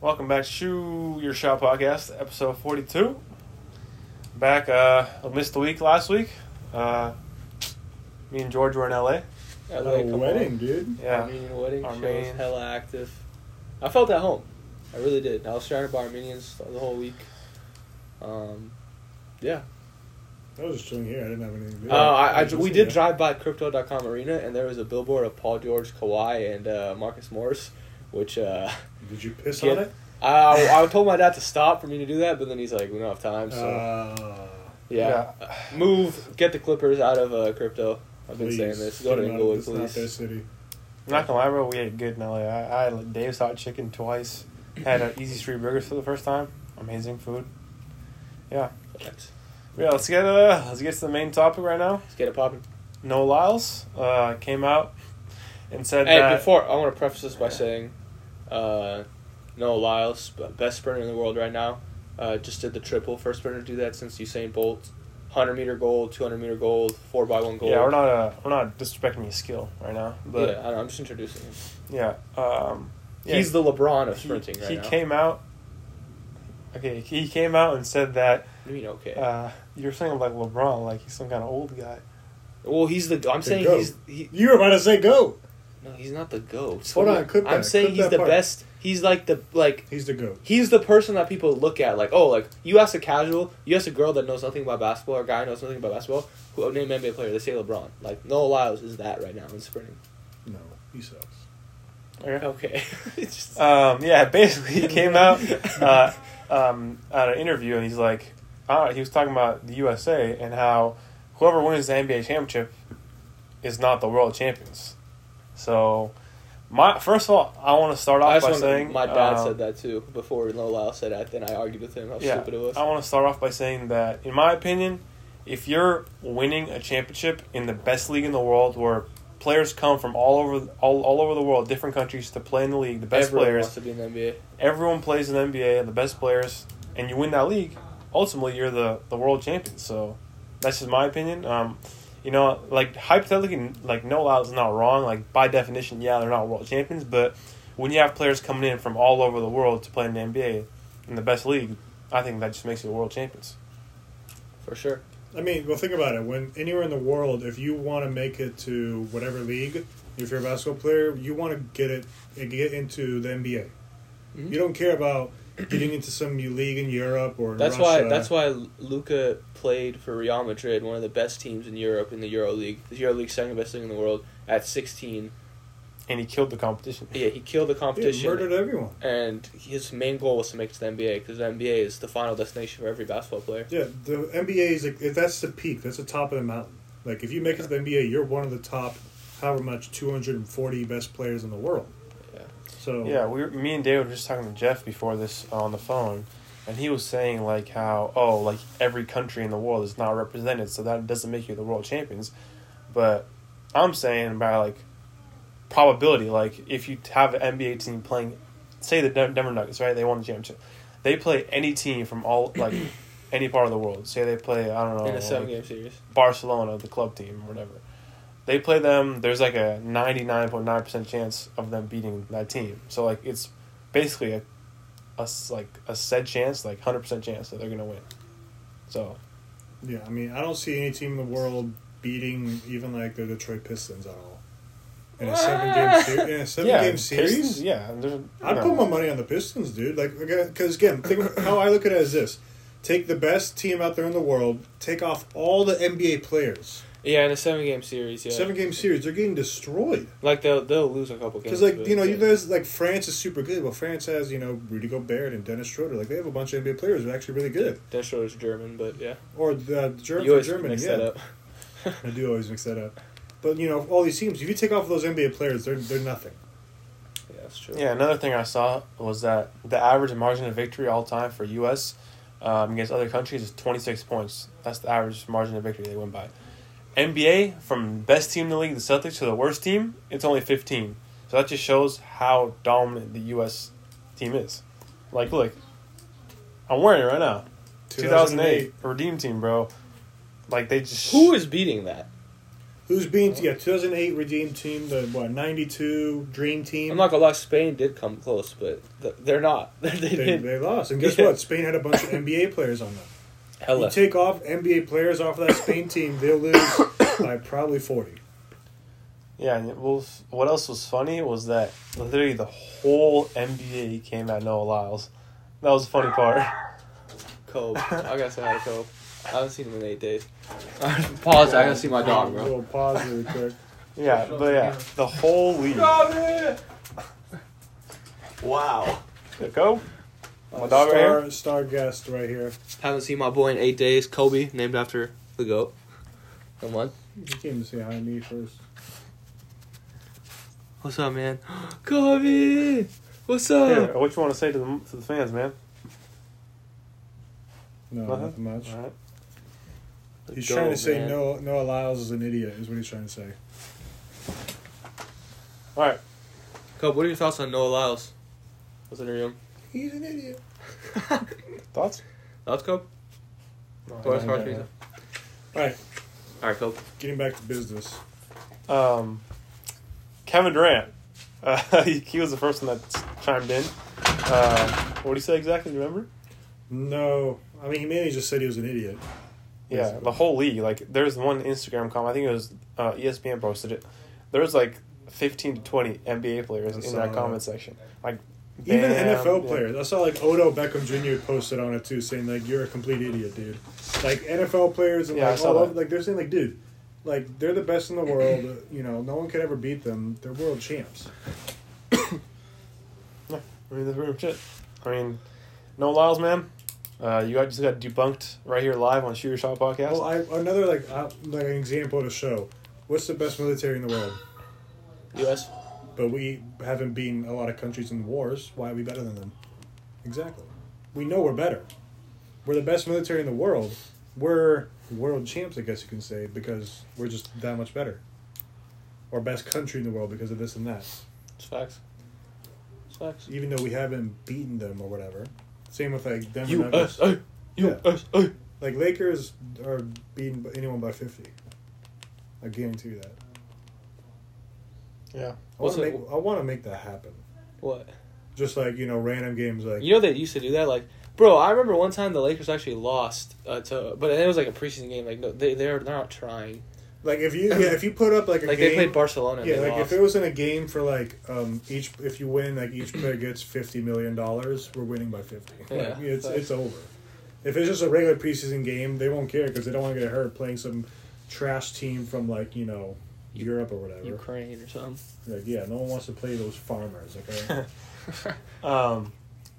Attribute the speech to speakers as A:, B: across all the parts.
A: Welcome back to Shoe Your Shot Podcast, episode 42. Back, uh, I missed the week last week. Uh, me and George were in LA.
B: Yeah,
C: At a
B: couple
C: wedding, dude.
A: Yeah.
B: Armenian wedding shows,
A: Armenian.
B: hella active. I felt at home. I really did. I was surrounded by Armenians the whole week. Um, yeah.
C: I was just chilling here. I didn't have anything to do.
B: Uh, I, I,
C: was
B: we
C: just
B: did
C: here.
B: drive by Crypto.com Arena, and there was a billboard of Paul George, Kawhi, and uh, Marcus Morris, which uh,
C: Did you piss
B: Yeah.
C: on it?
B: I, I told my dad to stop for me to do that, but then he's like, we don't have time, so.
C: Uh,
B: yeah. Move, get the Clippers out of uh, Crypto. I've been
C: please.
B: saying this. Go to
C: Get 'em out.
B: Inglewood,
C: It's not their
B: please.
C: city.
A: I'm not gonna lie, bro, we ate good in LA. I, I had Dave's Hot Chicken twice. Had an Easy Street Burgers for the first time. Amazing food. Yeah.
B: Let's
A: Yeah, let's get, uh, let's get to the main topic right now.
B: get it popping.
A: No Lyles uh, came out and said
B: Hey,
A: that.
B: before I want to preface this by saying, uh, Noah Lyles, b- best sprinter in the world right now, uh, just did the triple. First sprinter to do that since Usain Bolt. Hundred meter gold, two hundred meter gold, four by one gold.
A: yeah, we're not uh, we're not disrespecting his skill right now,
B: But
A: but
B: I don't, I'm just introducing him.
A: yeah, um, yeah
B: He's the LeBron of
A: he-
B: sprinting right
A: he
B: now.
A: came out. Okay, he came out and said that
B: I mean, okay.
A: uh, you're saying like LeBron, like he's some kind of old guy.
B: well, he's the. I'm
C: The
B: saying
C: GOAT.
B: he's he.
C: You were about to say go.
B: No, he's not the goat.
C: Hold on, clip
B: I'm
C: that,
B: saying
C: clip
B: he's
C: that
B: the
C: part.
B: best. He's like the like
C: He's the goat.
B: he's the person that people look at like oh like you ask a casual you ask a girl that knows nothing about basketball or a guy who knows nothing about basketball who name an NBA player they say LeBron like Noah Lyles is that right now in sprinting
C: No, he sucks.
A: Okay.
B: okay It's just-
A: Um, yeah, basically he came out uh, um, at an interview and he's like, I don't know, he was talking about the USA and how whoever wins the NBA championship is not the world champions. So, my first of all, I want to start
B: I
A: off
B: just
A: by
B: wanna-
A: saying
B: my dad
A: um,
B: said that too before Noah Lyles said that then I argued with him how
A: yeah,
B: stupid it was
A: I want to start off by saying that, in my opinion, if you're winning a championship in the best league in the world, where players come from all over all, all over the world, different countries to play in the league, the best
B: everyone wants
A: players,
B: to be in the NBA
A: everyone plays in the NBA, the best players, and you win that league, ultimately you're the the world champion. So that's just my opinion. Um, you know, like hypothetically, like no is not wrong. Like by definition, yeah, they're not world champions, but when you have players coming in from all over the world to play in the NBA in the best league, I think that just makes you world champions.
B: for sure
C: I mean, well, think about it. When anywhere in the world, if you want to make it to whatever league, if you're a basketball player, you want to get it and get into the NBA.
B: Mhm.
C: You don't care about getting into some new league in Europe or in
B: that's
C: Russia.
B: why that's why Luca played for Real Madrid one of the best teams in Europe in the Euro League the Euro League second best league in the world at 16
A: And he killed the competition.
B: yeah he killed the
C: He
B: competition
C: murdered everyone.
B: and his main goal was to make it to the NBA because the NBA is the final destination for every basketball player.
C: Yeah, the NBA is like if that's the peak. That's the top of the mountain. Like if you make it to the NBA, you're one of the top, however much, 240 best players in the world.
B: Yeah.
C: So
A: Yeah, we were, me and David were just talking to Jeff before this uh, on the phone, and he was saying like how oh like every country in the world is not represented, so that doesn't make you the world champions. But I'm saying by like probability, like if you have an NBA team playing, say the Den- Denver Nuggets, right? They won the championship. They play any team from all like any part of the world. Say they play I don't know
B: in
C: Oh.
B: a seven
A: like,
B: game series.
A: Barcelona, the club team, whatever. They play them. There's like a ninety nine point nine percent chance of them beating that team. So like it's basically a, a s- like a said chance, like hundred percent chance that they're gonna win. So
C: yeah. I mean, I don't see any team in the world beating even like the Detroit Pistons at all. In a seven game series. In a seven
A: yeah,
C: game series.
A: Pistons, yeah, and there's-
C: I'd
A: no.
C: put my money on the Pistons, dude. Like, because again, think how I look at it is this: take the best team out there in the world, take off all the NBA players.
B: Yeah, in a seven game series. Yeah,
C: Seven game series, they're getting destroyed.
B: Like they'll they'll lose a couple games.
C: Because like
B: but-
C: you know, you guys like France is super good. Well, France has you know Rudy Gobert and Dennis Schroeder. Like they have a bunch of NBA players who are actually really good.
B: Dan Schroeder's German, but yeah,
C: Or the German
B: you
C: for
B: always
C: Germany,
B: mix
C: yeah.
B: that up.
C: I do always mix that up. But you know, all these teams. If you take off those NBA players, they're they're nothing.
B: Yeah, that's true.
A: Yeah, another thing I saw was that the average margin of victory all time for U.S. Um, against other countries is twenty six points. That's the average margin of victory they win by. NBA from best team in the league, the Celtics, to the worst team, it's only fifteen. So that just shows how dominant the U.S. team is. Like, look, I'm wearing it right now. Two thousand eight Redeem Team, bro. Like they just
B: Who is beating that?
C: Who's being yeah 2008 redeem team the what 92 dream team?
B: I'm not gonna lie, Spain did come close, but th- they're not. they
C: they,
B: did.
C: they lost, and guess
B: Yeah.
C: what? Spain had a bunch of NBA players on them. You
B: Hella.
C: take off NBA players off of that Spain team, they'll lose by probably 40.
A: Yeah, and it- well, f- what else was funny was that literally the whole NBA came at Noah Lyles. That was the funny part.
B: Kobe. I gotta say hi to Kobe. I haven't seen him in eight days. Pause. I gotta see my dog, bro.
C: We'll pause really quick.
A: Yeah, but yeah, the whole league.
B: Wow.
A: There Go. My dog right
C: Uh, star,
A: here.
C: star guest right here.
B: Haven't seen my boy in eight days. Kobe, named after the goat. Come on.
C: You came to say hi to me first.
B: What's up, man? Kobe. What's up?
A: Here, what you want to say to the to the fans, man?
C: No,
A: Uh-huh.
C: not much.
A: All right.
C: He's
B: Go,
C: trying to say
B: man.
C: no. Noah Lyles is an idiot, is what he's trying to say.
A: All right.
B: Kobe, what are your thoughts on Noah Lyles? Was it a room?
C: He's an idiot.
A: Thoughts?
B: Thoughts, Kobe?
C: I
B: Thoughts,
C: don't
B: Kobe?
C: know. All right,
B: All right, Kobe.
C: getting back to business.
A: Um, Kevin Durant. Uh, he, he was the first one that chimed in. Uh, what did he say exactly? Do you Remember?
C: No, I mean he mainly just said he was an idiot.
A: Yeah, the whole league. Like, there's one Instagram comment. I think it was uh, ESPN posted it. There was like 15 to 20 NBA players
C: I
A: in
C: saw
A: that
C: that.
A: comment section. Like,
C: Even
A: Bam,
C: NFL
A: yeah.
C: players. I saw like Odo Beckham Jr. posted on it too, saying like you're a complete idiot, dude. Like NFL players and
A: Yeah, I
C: like
A: saw
C: all
A: that.
C: over, like they're saying like dude, like they're the best in the world. uh, You know, no one could ever beat them. They're world champs.
A: I mean, that's pretty much it. I mean, no Lyles, man. Uh, you got, just got debunked right here live on Shooter Shot Podcast.
C: Well, I, another like uh, like an example to show. What's the best military in the world?
B: U.S.
C: But we haven't beaten a lot of countries in wars. Why are we better than them? Exactly. We know we're better. We're the best military in the world. We're world champs, I guess you can say, because we're just that much better. Or best country in the world because of this and that.
B: It's facts. It's facts.
C: Even though we haven't beaten them or whatever. Same with like Denver Nuggets.
B: USA. USA.
C: Like Lakers are beating anyone by fifty. I guarantee you that.
A: yeah.
C: I want
B: What's
C: to make
B: it-
C: I want to make that happen.
B: What?
C: Just like you know, random games like
B: You know they used to do that, like, bro. I remember one time the Lakers actually lost uh, to, but it was like a preseason game. Like, no, they they're not trying.
C: like if you yeah if you put up like a
B: Like
C: game,
B: they played Barcelona. And
C: yeah
B: they
C: like
B: lost.
C: if it was in a game for like um each if you win like each player gets fifty million dollars we're winning by fifty like,
B: Yeah.
C: it's it's over. If it's just a regular preseason game, they won't care because they don't want to get hurt playing some trash team from like you know Europe or whatever.
B: Ukraine or something.
C: Like yeah, no one wants to play those farmers. Okay,
A: Um,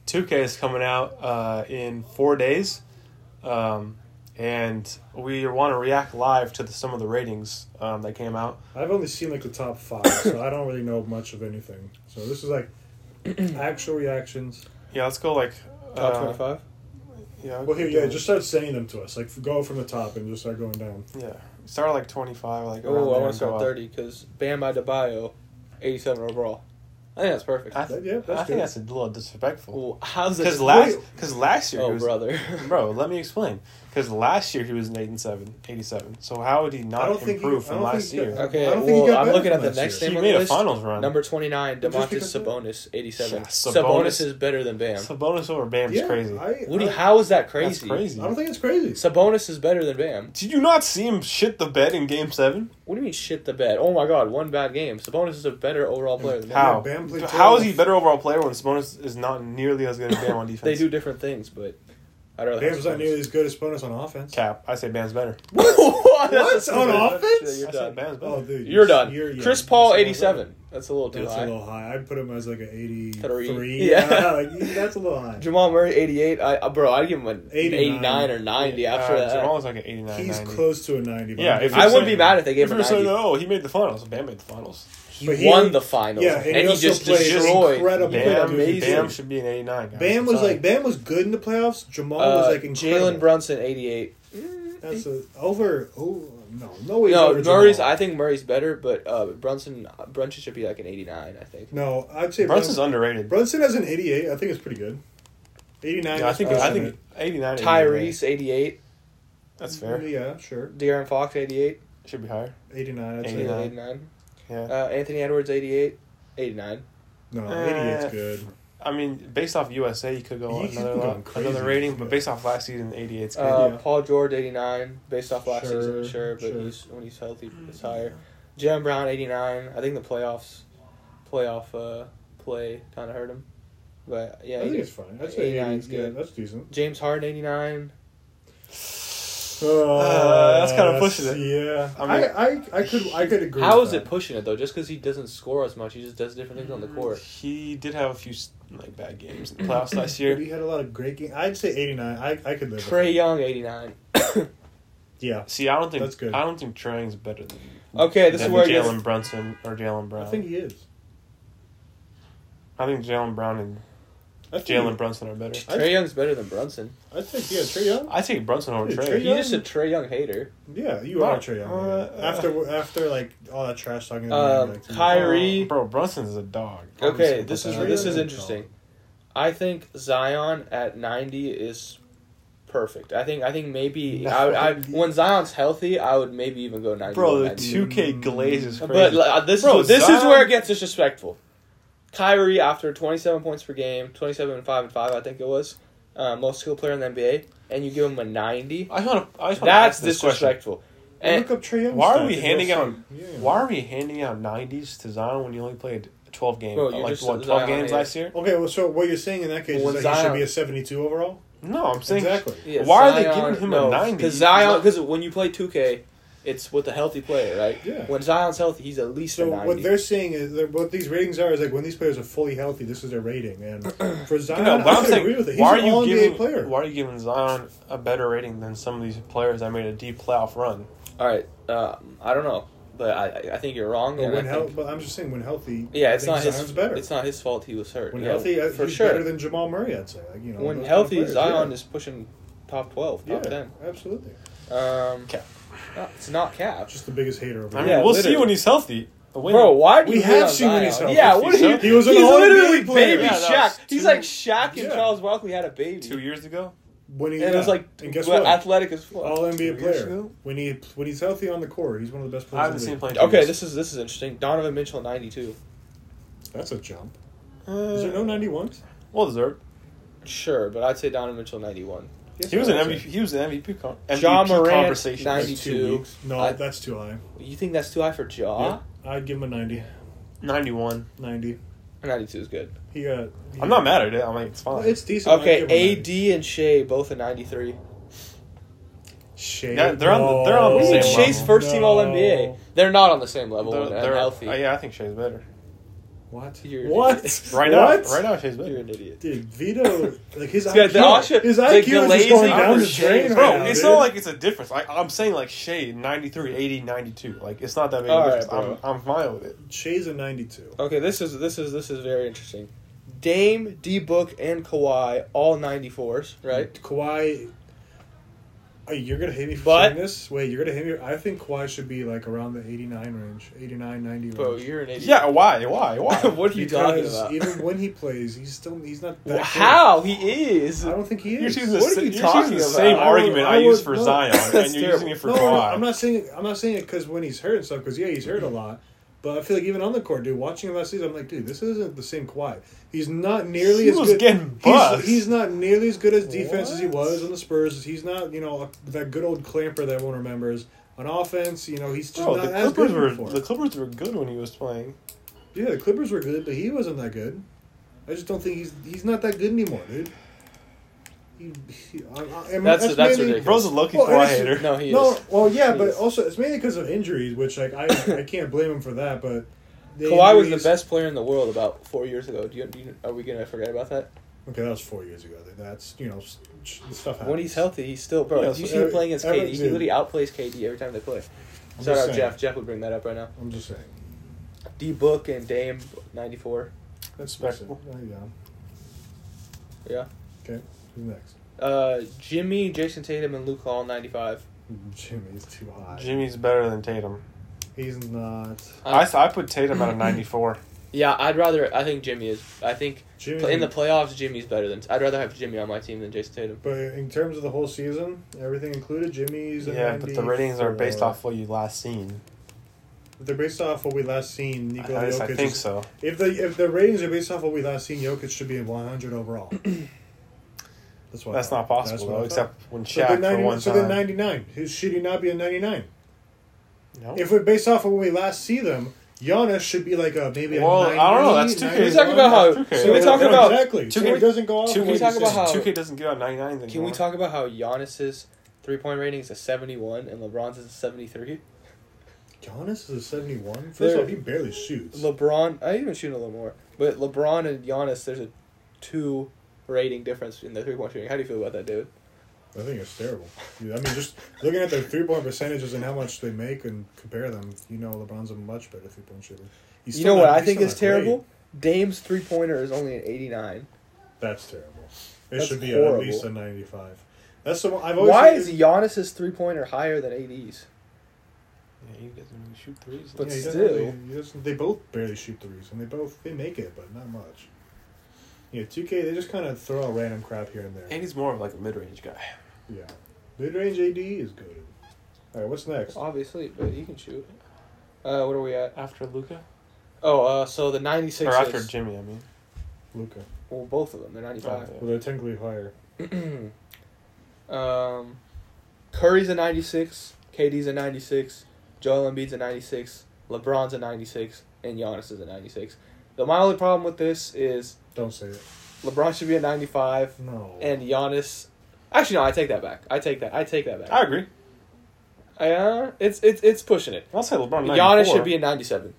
A: 2K is coming out uh, in four days. Um, and we want to react live to the, some of the ratings um, that came out.
C: I've only seen like the top five, so I don't really know much of anything. So this is like actual reactions.
A: Yeah, let's go like.
B: Top
A: uh,
B: twenty-five.
A: Yeah,
C: Well, here, yeah, just start saying them to us. Like, go from the top and just start going down.
A: Yeah. Start at, like 25. Like, around
B: Oh, I
A: there
B: want
A: and
B: to
A: go
B: start
A: up.
B: thirty because Bam Adebayo, eighty-seven overall. I think that's perfect.
A: I, th-
C: Yeah, that's
A: I
C: good.
A: think that's a little disrespectful.
B: Well, how's it?
A: Because last, cause last year, he
B: Oh,
A: was,
B: brother.
A: bro, let me explain. Because last year he was an 87, 87. So how did he
C: I
A: not
C: don't think he-
A: improve
C: I
A: from
C: don't think
A: last
C: he got-
A: year?
B: Okay,
C: I don't think he
B: well,
C: got
B: I'm
C: better
B: looking
C: from
B: at the
C: last
B: next
C: year.
A: He
B: name on
A: made
B: the
A: a
B: list.
A: finals run.
B: Number 29, Demontis
C: because of that?
B: Sabonis, 87.
A: Yeah,
B: Sabonis.
A: Sabonis-
B: is better than Bam.
A: Sabonis over Bam's
C: yeah,
A: crazy.
C: I,
B: Woody,
C: I,
B: how is that crazy?
A: That's crazy.
C: I don't think it's crazy.
B: Sabonis is better than Bam.
A: Did you not see him shit the bed in Game Seven?
B: What do you mean shit the bed? Oh my god, one bad game. Sabonis is a better overall player than Bam.
A: How?
C: Bam played
A: How is he
C: terrible.
A: better overall player when Sabonis is not nearly as good as Bam on defense?
B: They do different things, but I'd rather have
C: Bam's not
B: Sabonis.
C: nearly as good as Bonus on offense.
A: Cap. I say Bam's better.
B: what?
C: What?
B: That's a
C: On
B: stupid-
C: offense?
B: Yeah, You're
A: I say
B: done.
A: Bam's better.
C: Oh, dude,
B: You're done.
C: yeah,
B: Chris Paul,
C: that's a little
B: 87. That's a little
C: high.
B: too
C: That's
B: high.
C: a little high. I'd put him as like an eighty-three.
B: Three.
C: Yeah,
B: Yeah.
C: like, that's a little high.
B: Jamal Murray, 88. I, uh, bro, I'd give him an 89,
C: 89.
B: or 90 after
A: uh,
B: that.
A: Jamal's like an 89,
C: He's
A: 90.
C: close to a ninety. but
A: Yeah,
C: I'm
A: if
C: not-
A: you're
B: I wouldn't
A: saying-
B: be mad if they gave
A: If
B: him
A: you're
B: a
A: saying,
B: 90.
A: oh, he made the finals. Bam made the finals.
C: but he-
B: won the finals.
C: Yeah, and
B: and,
C: he
B: he
C: also
B: just
C: played
B: destroyed.
C: incredible.
B: Bam,
A: Bam,
C: amazing.
A: Bam should be an 89. Guys.
C: Bam
A: I'm
C: was
A: sorry.
C: like Bam was good in the playoffs. Jamal
B: Uh,
C: was like incredible.
B: Jalen Brunson, 88.
C: That's a, over. Oh no, no way.
B: No,
C: over
B: Murray's.
C: Jamal.
B: I think Murray's better, but uh, Brunson Brunson should be like an eighty nine. I think.
C: No, I'd say
A: Brunson's
C: Brunson.
A: underrated.
C: Brunson has an 88. I think it's pretty good. 89.
A: Yeah, I think
C: that's
A: I
C: pretty
A: think 89. 89.
B: Tyrese eighty eight.
A: That's
C: good.
A: fair.
C: Yeah, sure.
B: De'Aaron Fox eighty eight.
A: Should be higher.
C: 89, I'd say.
A: 89.
B: 89.
A: Yeah.
B: Uh, Anthony Edwards, 88. 89.
C: No,
A: Uh,
C: 88's good.
A: I mean, based off USA, you could go
C: You could
A: another
C: go
A: lot,
C: crazy.
A: another rating, but based off last season, 88's good.
B: Uh,
C: yeah.
B: Paul George, 89. Based off last
C: Sure,
B: season, sure, but
C: sure.
B: He's, when he's healthy, it's higher. Jalen Brown, 89. I think the playoffs, playoff uh, play kind of hurt him. But yeah,
C: I think
B: 80
C: it's fine. I'd say
B: 89's
C: 89's
B: good.
C: good. That's decent.
B: James Harden, 89.
A: Uh, that's kinda pushing it.
C: Yeah,
A: I
C: I,
A: mean-
C: I, I, could, I could agree.
B: How
C: with
B: is
C: that.
B: it pushing it, though? Just because he doesn't score as much, he just does different things on the
A: Mm.
B: court.
A: He did have a few like bad games in the playoffs last
C: But
A: year.
C: he had a lot of great games. I'd say 89. I, I could live. with
B: Trey
C: it.
B: Young, 89.
C: Yeah,
A: See, I don't think
C: That's good.
A: I don't think Trang's better than
B: Okay, this is
A: than
B: where it gets-
A: Jalen Brunson or Jalen Brown.
C: I think he is.
A: I think Jalen Brown and
C: I think-
A: Jalen Brunson are better.
C: I-
B: Trey Young's better than Brunson.
C: I'd say yeah, Trey Young.
A: I take Brunson over
C: Dude,
A: Trey.
C: Trae
B: You're just a Trey Young hater.
C: Yeah, you
A: Not-
C: are Trey Young.
A: uh,
C: yeah. after after like all that trash talking. that
B: Uh,
C: we had, like, Oh.
B: Kyrie-
A: bro, Brunson's a dog.
B: Okay,
A: Brunson's
B: this
A: a
B: is
A: dog.
B: this is interesting. I think Zion at ninety is perfect. I think I think maybe I, would, I when Zion's healthy, I would maybe even go ninety.
A: Bro, the
B: 92.
A: two K glaze is crazy.
B: But like, this
A: Bro,
B: is this is
A: Zion-
B: where it gets disrespectful. Kyrie, after twenty-seven points per game, twenty-seven and five and five, I think it was, uh, most skilled player in the NBA, and you give him a ninety.
A: I just want to. I just want to
B: That's
A: ask this question.
B: disrespectful.
C: Well,
B: And
C: look up Trey Young.
A: eh, Why are we handing out?
C: Yeah.
A: Why are we handing out nineties to Zion when you only played twelve games? uh,
B: Bro, you're
A: like
B: just
A: what
B: a
A: twelve
B: Zion
A: games
B: hater.
A: last year?
C: Okay, well, so what you're saying in that case
B: Well,
C: is that he
B: Zion-
C: should be a 72 overall.
A: No, I'm saying
C: Exactly.
B: Yeah,
A: Why are they giving him a 90?
B: Because Zion, because when you play 2K, it's with a healthy player, right?
C: Yeah.
B: When Zion's healthy, he's at least
C: So
B: a 90.
C: what they're saying is that what these ratings are is like when these players are fully healthy, this is their rating. And for Zion,
A: No, but
C: I
A: I'm
C: would
A: saying,
C: agree with it. He's
A: why are
C: an
A: you
C: all
A: giving
C: NBA player.
A: why are you giving Zion a better rating than some of these players that made a deep playoff run?
B: All right. Uh, I don't know, but I I think you're wrong.
C: But
B: and
C: when
B: I
C: hel-
B: think-
C: but I'm just saying when healthy,
B: yeah,
C: I
B: it's
C: think
B: not his.
C: Zion's better.
B: It's not his fault. He was hurt.
C: when
B: Yeah,
C: healthy, I-
B: for
C: he's
B: sure.
C: better than Jamal Murray. I'd say. Like, you know,
B: when
C: those
B: healthy,
C: kind of players,
B: Zion
C: yeah.
B: is pushing top twelve,
C: yeah,
B: top ten.
C: absolutely.
B: Um,
A: Cap.
B: no, it's not cap.
C: Just the biggest hater of
A: I mean,
B: Yeah,
A: we'll see
B: literally.
A: when he's healthy. When-
B: Bro, why do
C: We
B: you
C: have
B: hate on
C: seen when
B: Zion?
C: he's healthy.
B: Yeah, what are
A: He's
B: you?
A: healthy.
C: He was an
B: he's
C: all-NBA
B: literally
C: player.
B: baby
A: Yeah, that
B: Shaq.
A: was
B: He's
A: two-
B: like Shaq and
C: Yeah.
B: Charles Barkley had a baby.
A: two years ago,
C: when he
B: And it was
C: yeah.
B: like
C: and guess
B: well,
C: what?
B: athletic as fuck.
C: all NBA
A: Three years
C: player.
A: ago?
C: When he when he's healthy on the court, he's one of the best
A: I
C: players. in
A: haven't
C: the
A: seen him
C: league.
A: play. in two
B: Okay,
A: years.
B: this is this is interesting. Donovan Mitchell, ninety two.
C: That's a jump.
A: Uh,
C: Is there no ninety ones?
A: Well deserved.
B: Sure, but I'd say Donovan Mitchell, ninety one.
A: He was an MVP. He was an MVP, con- MVP
B: Ja Morant,
A: conversation.
B: 90. 92.
C: No,
B: I-
C: that's too high.
B: You think that's too high for Jaw?
C: I'd give him a 90.
A: Ninety-one.
C: 90.
B: Ninety two is good.
C: He got. he-
A: I'm not mad at it. I'm like it's
C: Well,
A: fine.
C: it's decent. I'd
B: Okay,
C: give him a 90.
B: AD and Shea both a ninety three.
C: Shea.
A: Yeah, they're on the- they're on the
C: No.
A: same level.
B: Shea's first team All NBA.
C: Oh, No.
B: They're not on the same level.
A: They're-
B: and
A: they're-
B: healthy.
A: uh, yeah, I think Shea's better.
C: What?
B: You're-
C: what?
A: Right
C: what?
A: now, right now Shea's
B: You're
A: better.
B: an idiot.
C: Dude, Vito, like his
B: got the
C: IQ,
B: Asha-
C: his
B: the
C: IQ is just going
B: glazing
C: down the
B: Asha.
C: drain
A: Bro,
C: right now,
A: it's
C: dude.
A: not like it's a difference. I, I'm saying like Shea, 93, 80, 92. Like it's not that big of
B: All
A: a
B: right,
A: difference. I'm, I'm fine with it.
C: Shea's a ninety-two.
B: Okay, this is this is this is very interesting. Dame, D Book, and Kawhi all ninety fours,
C: Mm-hmm.
B: right?
C: Kawhi. Oh, you're gonna hate me for
B: But-
C: saying this. Wait, you're gonna hate me. I think Kawhi should be like around the 89 range, 89, 90 range.
B: Bro, you're an idiot.
A: Yeah, why? Why? Why?
B: what are you talking
C: because
B: about?
C: even when he plays, he's still he's not that.
B: Well,
C: good.
B: How he is?
C: I don't think he is.
A: You're using the,
B: What are
A: sa-
B: you
A: you're
B: talking
A: using the
B: about?
A: same
C: I would-
A: argument I,
C: I
A: use
C: would-
A: for
C: no.
A: Zion, and you're
B: That's
A: using
B: terrible.
A: it for
C: no,
A: Kawhi.
C: no, no, I'm not saying I'm not saying it because when he's hurt and stuff. Because yeah, he's hurt a lot. But I feel like even on the court, dude, watching him last season, I'm like, dude, this isn't the same Kawhi. He's not nearly
A: He
C: as
A: was
C: good.
A: getting
C: he's,
A: buzzed.
C: he's not nearly as good as defense as he
A: What?
C: was on the Spurs. He's not, you know, that good old clamper that everyone remembers. On offense, you know, he's just
A: Bro,
C: not
A: the
C: as good
A: Clippers
C: as
A: were
C: before.
A: the Clippers were good when he was playing.
C: Yeah, the Clippers were good, but he wasn't that good. I just don't think he's he's not that good anymore, dude. He, he, I, I, I mean,
B: That's- that's
C: mainly-
B: ridiculous.
A: Bro's a lucky
C: Well,
A: Kawhi
C: it's-
A: hater.
B: No, he
C: No,
B: is.
C: well, yeah,
B: He
C: but
B: is.
C: also it's mainly because of injuries, which like I I can't blame him for that. But the
B: Kawhi was the
C: injuries-
B: best player in the world about four years ago. Do you, do you- are we gonna forget about that?
C: Okay, that was four years ago. That's you know s- sh- stuff happens.
B: When he's healthy, he's still bro.
A: Yeah,
B: do you
A: so
B: see him
C: every-
B: playing against
C: every-
B: KD? He
C: dude.
B: literally outplays KD every time they play.
C: I'm
B: Shout
C: just
B: out
C: saying.
B: Jeff. Jeff would bring that up right now.
C: I'm just saying.
B: D Book and Dame ninety four.
C: That's
A: Respectful.
C: There you go.
B: Yeah.
C: Okay. Who's next?
B: Uh, Jimmy, Jason Tatum, and Luke Hall ninety five.
C: Jimmy's too high.
A: Jimmy's better than Tatum.
C: He's not.
A: I, s- I put Tatum at a 94.
B: Yeah, I'd rather. I think Jimmy is. I think
C: Jimmy,
B: in the playoffs, Jimmy's better than. I'd rather have Jimmy on my team than Jason Tatum.
C: but in terms of the whole season, everything included, Jimmy's. a
A: yeah, but the ratings are based
C: 94.
A: off what you last seen.
C: They're based off what we last seen. Nikola
A: At least
C: Jokic
A: I think
C: is-
A: so.
C: If the if the ratings are based off what we last seen, Jokic should be at 100 overall. That's what I
A: That's
C: thought.
A: not possible
C: what I
A: though,
C: thought.
A: except when
C: So then
A: Shaq for one
C: so then
A: time.
C: 99. Who should he not be a 99?
A: No.
C: If we're based off of when we last see them, Giannis should be like a maybe
A: Well,
C: a
A: I
C: 90,
A: don't know. That's two K.
B: Can we talk about how?
A: That's okay.
B: Can we
A: Yeah,
B: talk
A: yeah,
B: about?
C: exactly?
A: Two
C: so
A: K-
C: it doesn't go off.
A: Two
C: of
A: K
C: what
B: talk
C: you
B: about
C: said.
B: how-
A: Two K doesn't get out ninety nine anymore.
B: Can we talk about how Giannis's three point rating is a seventy one and LeBron's is a seventy three?
C: Giannis is a 71. First
B: They're-
C: of all, he barely shoots.
B: LeBron, I even shoot a little more, but LeBron and Giannis, there's a two rating difference in the three point shooting. How do you feel about that, David?
C: I think it's terrible. Dude, I mean, just looking at their three point percentages and how much they make and compare them, you know, LeBron's a much better three point shooter. He's
B: you
C: still
B: know what
C: not-
B: I
C: he's
B: think
C: still
B: is
C: not great.
B: terrible? Dame's three pointer is only an eighty nine.
C: That's terrible. It
B: That's
C: should be
B: horrible.
C: at least a ninety-five. That's the one I've always.
B: Why
C: hated-
B: is Giannis's three pointer higher than AD's?
A: Yeah, he doesn't really shoot threes.
B: But
C: Yeah, he doesn't
B: still-
C: really- he doesn't- they both barely shoot threes, and they both they make it, but not much. Yeah, two K. They just kind of throw out random crap here and there.
A: and he's more of like a mid range guy.
C: yeah, mid range AD is good. All right, what's next?
B: Obviously, but you can shoot. Uh, what are we at?
A: After Luca,
B: Oh, uh, so the ninety
A: or
B: six.
A: after Jimmy, I mean.
C: Luca.
B: Well, both of them. They're ninety five.
A: Oh,
C: Well, they're technically higher.
B: um, Curry's a 96, KD's a 96, Joel Embiid's a 96, LeBron's a 96, and Giannis is a 96. The my only problem with this is
C: Don't say it.
B: LeBron should be at 95,
C: No.
B: and Giannis. Actually, no, I take that back. I take that. I take that
A: I
B: back.
A: agree.
B: I, uh, it's it's it's pushing it.
A: I'll say LeBron. 94.
B: Giannis should be at 97.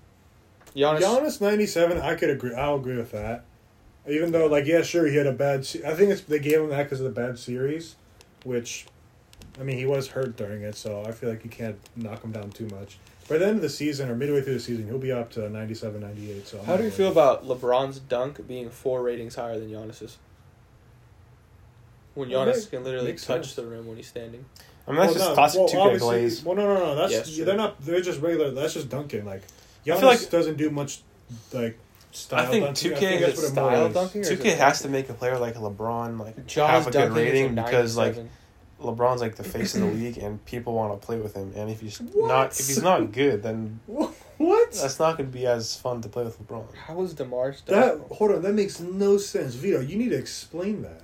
B: Giannis.
C: Giannis ninety seven. I could agree. I'll agree with that. Even though, like, yeah, sure, he had a bad. Se- I think it's they gave him that because of the bad series, which, I mean, he was hurt during it, so I feel like you can't knock him down too much. By the end of the season or midway through the season, he'll be up to 97, 98. So I'm
B: How do
C: not
B: you
C: worried.
B: feel about LeBron's dunk being four ratings higher than Giannis's? When
C: Well,
B: Giannis
C: that
B: can literally
C: makes
B: touch
C: sense.
B: the rim when he's standing.
A: I mean, that's
C: Well, no,
A: just classic
C: well,
A: two K
C: obviously-
A: Blaze.
C: Well, no, no, no. That's
B: Yes, sure.
C: they're not. They're just regular. That's just dunking. Like
A: I
C: Giannis
A: feel like-
C: doesn't do much. Like style.
A: think
C: dunking.
A: 2K
C: think
A: is
C: that's what it more
B: style
C: is.
B: dunking or-
A: Two K has to make a player like LeBron like
B: Jaws
A: have a good
B: dunking is a
A: rating because like
B: 97.
A: LeBron's like the face of the league and people want to play with him. And if he's
C: What?
A: not if he's not good, then
C: What?
A: that's not going to be as fun to play with LeBron.
B: How was DeMar's
C: That
B: dunk?
C: hold on, that makes no sense, Vito. You need to explain that.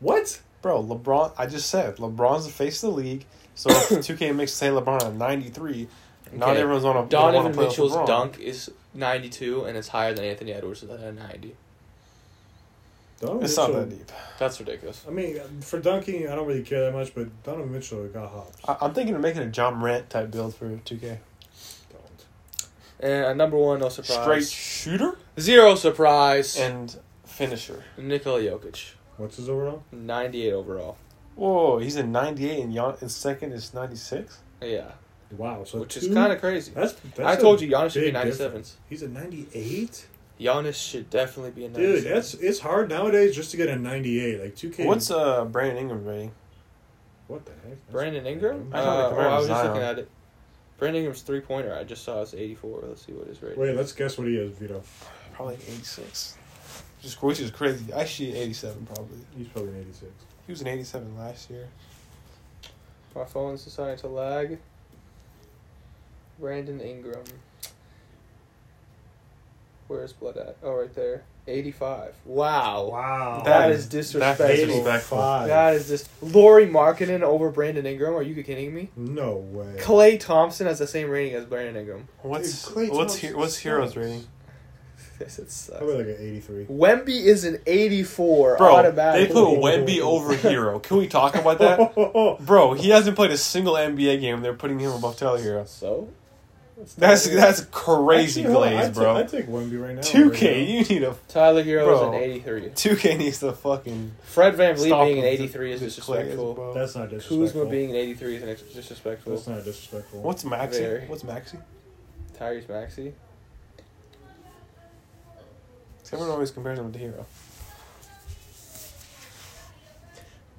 C: What?
A: Bro, LeBron. I just said LeBron's the face of the league. So if two K makes say LeBron at ninety three, not
B: Okay.
A: everyone's gonna gonna wanna
B: Donovan
A: play with
B: Mitchell's
A: LeBron.
B: dunk is 92 and it's higher than Anthony Edwards at a 90.
C: Donovan
A: It's
C: Mitchell.
A: not that deep.
B: That's ridiculous.
C: I mean, for dunking, I don't really care that much, but Donovan Mitchell got hops.
A: I, I'm thinking of making a John Morant type build for two K.
C: Don't.
B: And uh, number one, no surprise.
A: Straight shooter
B: Zero surprise.
A: and finisher.
B: Nikola Jokic,
C: What's his overall?
B: 98 overall.
A: Whoa, he's in 98 and Jan- in second is 96?
B: Yeah,
C: Wow. So
B: which is kind of crazy.
C: That's, that's
B: I
C: a
B: told you Giannis should be
C: big
B: 97s.
C: difference. He's a ninety-eight.
B: Giannis should definitely be a 97.
C: Dude, that's it's hard nowadays just to get a ninety-eight. Like two K.
A: What's uh Brandon Ingram rating?
C: what the heck? That's-
B: Brandon Ingram?
A: I
B: I,
A: don't
B: uh,
A: think
B: oh, I was just
A: Zion.
B: looking at it. Brandon Ingram's three pointer. I just saw it's 84. Let's see what his rating.
C: Wait, let's guess what he is, Vito.
A: Probably 86. Just, which is crazy. Actually, 87 probably.
C: He's probably an eighty-six.
A: He was an 87 last year.
B: My phone's deciding to lag. Brandon Ingram. Where's blood at? Oh, right there. 85. Wow.
C: Wow.
B: That
A: That-
B: is
A: that is
B: disrespectful.
A: disrespectful.
B: That is just Lori Markkinen over Brandon Ingram. Are you kidding me?
C: No way.
B: Clay Thompson has the same rating as Brandon Ingram.
A: What's
C: Clay
A: what's
C: Thompson
A: he, what's Heroes
C: sucks.
A: rating?
B: This it sucks.
C: Probably like an eighty-three.
B: Wemby is an 84
A: Bro, they
B: automatically.
A: put Wemby over Hero. Can we talk about that? Bro, he hasn't played a single NBA game. They're putting him above Tyler Hero.
B: so?
A: That's that's crazy,
C: Actually, hold on,
A: Glaze,
C: I'd
A: bro.
C: I'd take Wemby right now.
A: Two
C: right
A: K,
C: now.
A: you need a
B: Tyler Hero
A: Bro.
B: is an 83.
A: two K needs to fucking
B: Fred Van Vliet
A: stop
B: being an
A: with
B: 83 is
A: with Clay,
B: disrespectful.
A: bro.
C: That's not disrespectful.
B: Kuzma being an 83 is an ex- disrespectful.
C: That's not disrespectful.
A: What's
B: Very.
A: Maxi? What's Maxi?
B: Tyrese Maxey.
A: Everyone always compares him to Hero.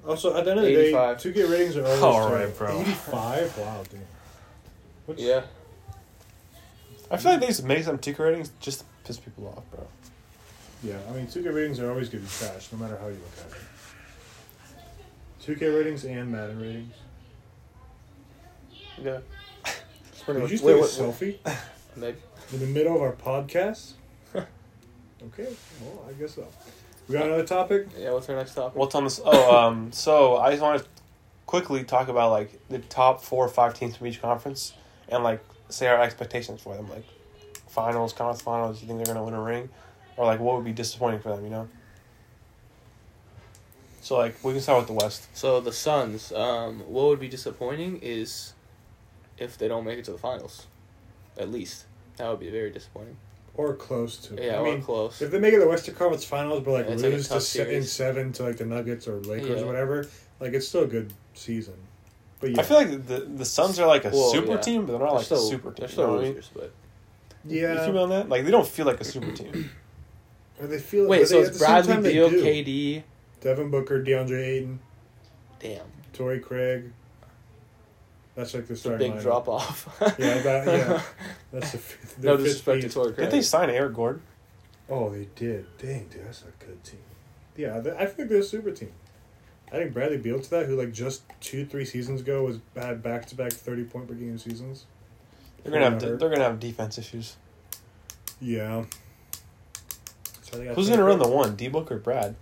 C: Also, at the end of the day,
B: 85.
C: two K ratings are always
A: All right, bro.
C: Eighty-five. Wow, damn. What's,
B: Yeah.
A: Mm. I feel like they just make some tick ratings just piss people off, bro.
C: Yeah, I mean, 2K ratings are always going to be trash, no matter how you look at it. 2K ratings and Madden ratings.
B: Yeah.
A: It's
C: Did
A: pretty much-
C: you just
A: wait,
C: take
A: what-
C: a selfie
B: Maybe.
C: in the middle of our podcast? okay, well, I guess so. We got another topic?
B: Yeah. What's our next topic?
A: What's on this? Oh, um, so I just want to quickly talk about like the top four or five teams from each conference, and like say our expectations for them, like finals, conference finals. You think they're gonna win a ring, or like what would be disappointing for them? You know. So like we can start with the West.
B: So the Suns. Um, what would be disappointing is if they don't make it to the finals, at least. That would be very disappointing.
C: Or close to.
B: Yeah,
C: I
B: or
C: mean,
B: close.
C: if they make it to the Western Conference Finals, but like
B: It's like a
C: lose
B: tough
C: to se- in
B: series.
C: seven to like the Nuggets or Lakers
B: Yeah.
C: or whatever, like it's still a good season. But yeah,
A: I feel like the the Suns are like a
B: Well,
A: super
B: yeah.
A: team, but they're not
B: They're
A: like
B: still,
A: a super team.
B: They're
A: you know
B: still
A: what I mean?
B: losers, but
A: You
C: yeah.
A: feel me on that? Like they don't feel like a super team.
C: Or they feel
B: wait.
C: but
B: So
C: they, at
B: it's
C: the same
B: Bradley
C: time they
B: Beal,
C: do.
B: KD.
C: Devin Booker, DeAndre Ayton,
B: Damn,
C: Torrey Craig. That's like the
B: it's a
C: starting
B: big
C: lineup.
B: drop off.
C: Yeah, that- yeah. That's the fifth.
B: no
C: their fifth
B: disrespect to
C: piece.
B: Torrey Craig.
A: Did they sign Eric Gordon?
C: Oh, they did. Dang, dude, that's a good team. Yeah, they, I think they're a super team. Adding Bradley Beal to that, who like just two, three seasons ago was had back to back thirty point per game seasons.
A: They're gonna have
C: Whatever.
A: de- they're gonna have defense issues.
C: Yeah. So they got
A: Who's
C: Torrey
A: gonna run the
C: Craig.
A: one? D Book or Brad?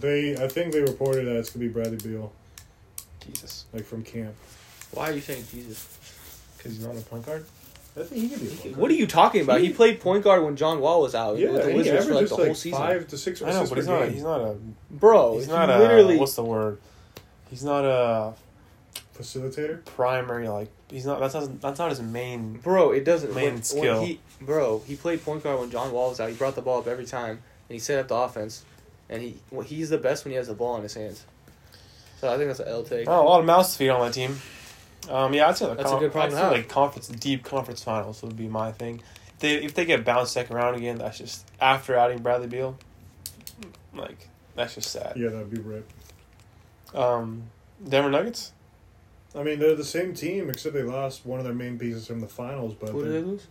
C: They, I think they reported that it's gonna be Bradley Beal,
A: Jesus,
C: like from camp.
B: Why are you saying Jesus?
A: because he's not a point guard.
C: I think he could be. a point
B: What are you talking about? He played point guard when John Wall was out
C: guard. Yeah,
B: with the
C: he
B: Wizards for like
C: averages
B: the
C: like,
B: whole season.
C: five to six
A: I know,
C: assists
A: but
C: per
A: he's not. A,
C: game.
A: he's not a.
B: Bro,
A: he's
B: Oh, he
A: not a.
B: literally
A: What's the word? He's not a
C: facilitator.
A: primary like. He's not. That's not. That's not his main.
B: Bro, it doesn't.
A: Man
B: when- when
A: skill.
B: he, bro, he played point guard when John Wall was out. He brought the ball up every time, and he set up the offense. And he well, he's the best when he has the ball in his hands. So I think that's an L take.
A: Oh, a lot of mouths to feed on that team. Um, yeah, I'd say the
B: That's a good problem
A: I'd
B: to
A: say
B: have.
A: like conference, deep conference finals would be my thing. If they if they get bounced second round again, that's just after adding Bradley Beal. Like that's just sad.
C: Yeah, that'd be rip.
A: Um, Denver Nuggets.
C: I mean, they're the same team except they lost one of their main pieces from the finals. But
B: Who did
C: they're-
B: they lose?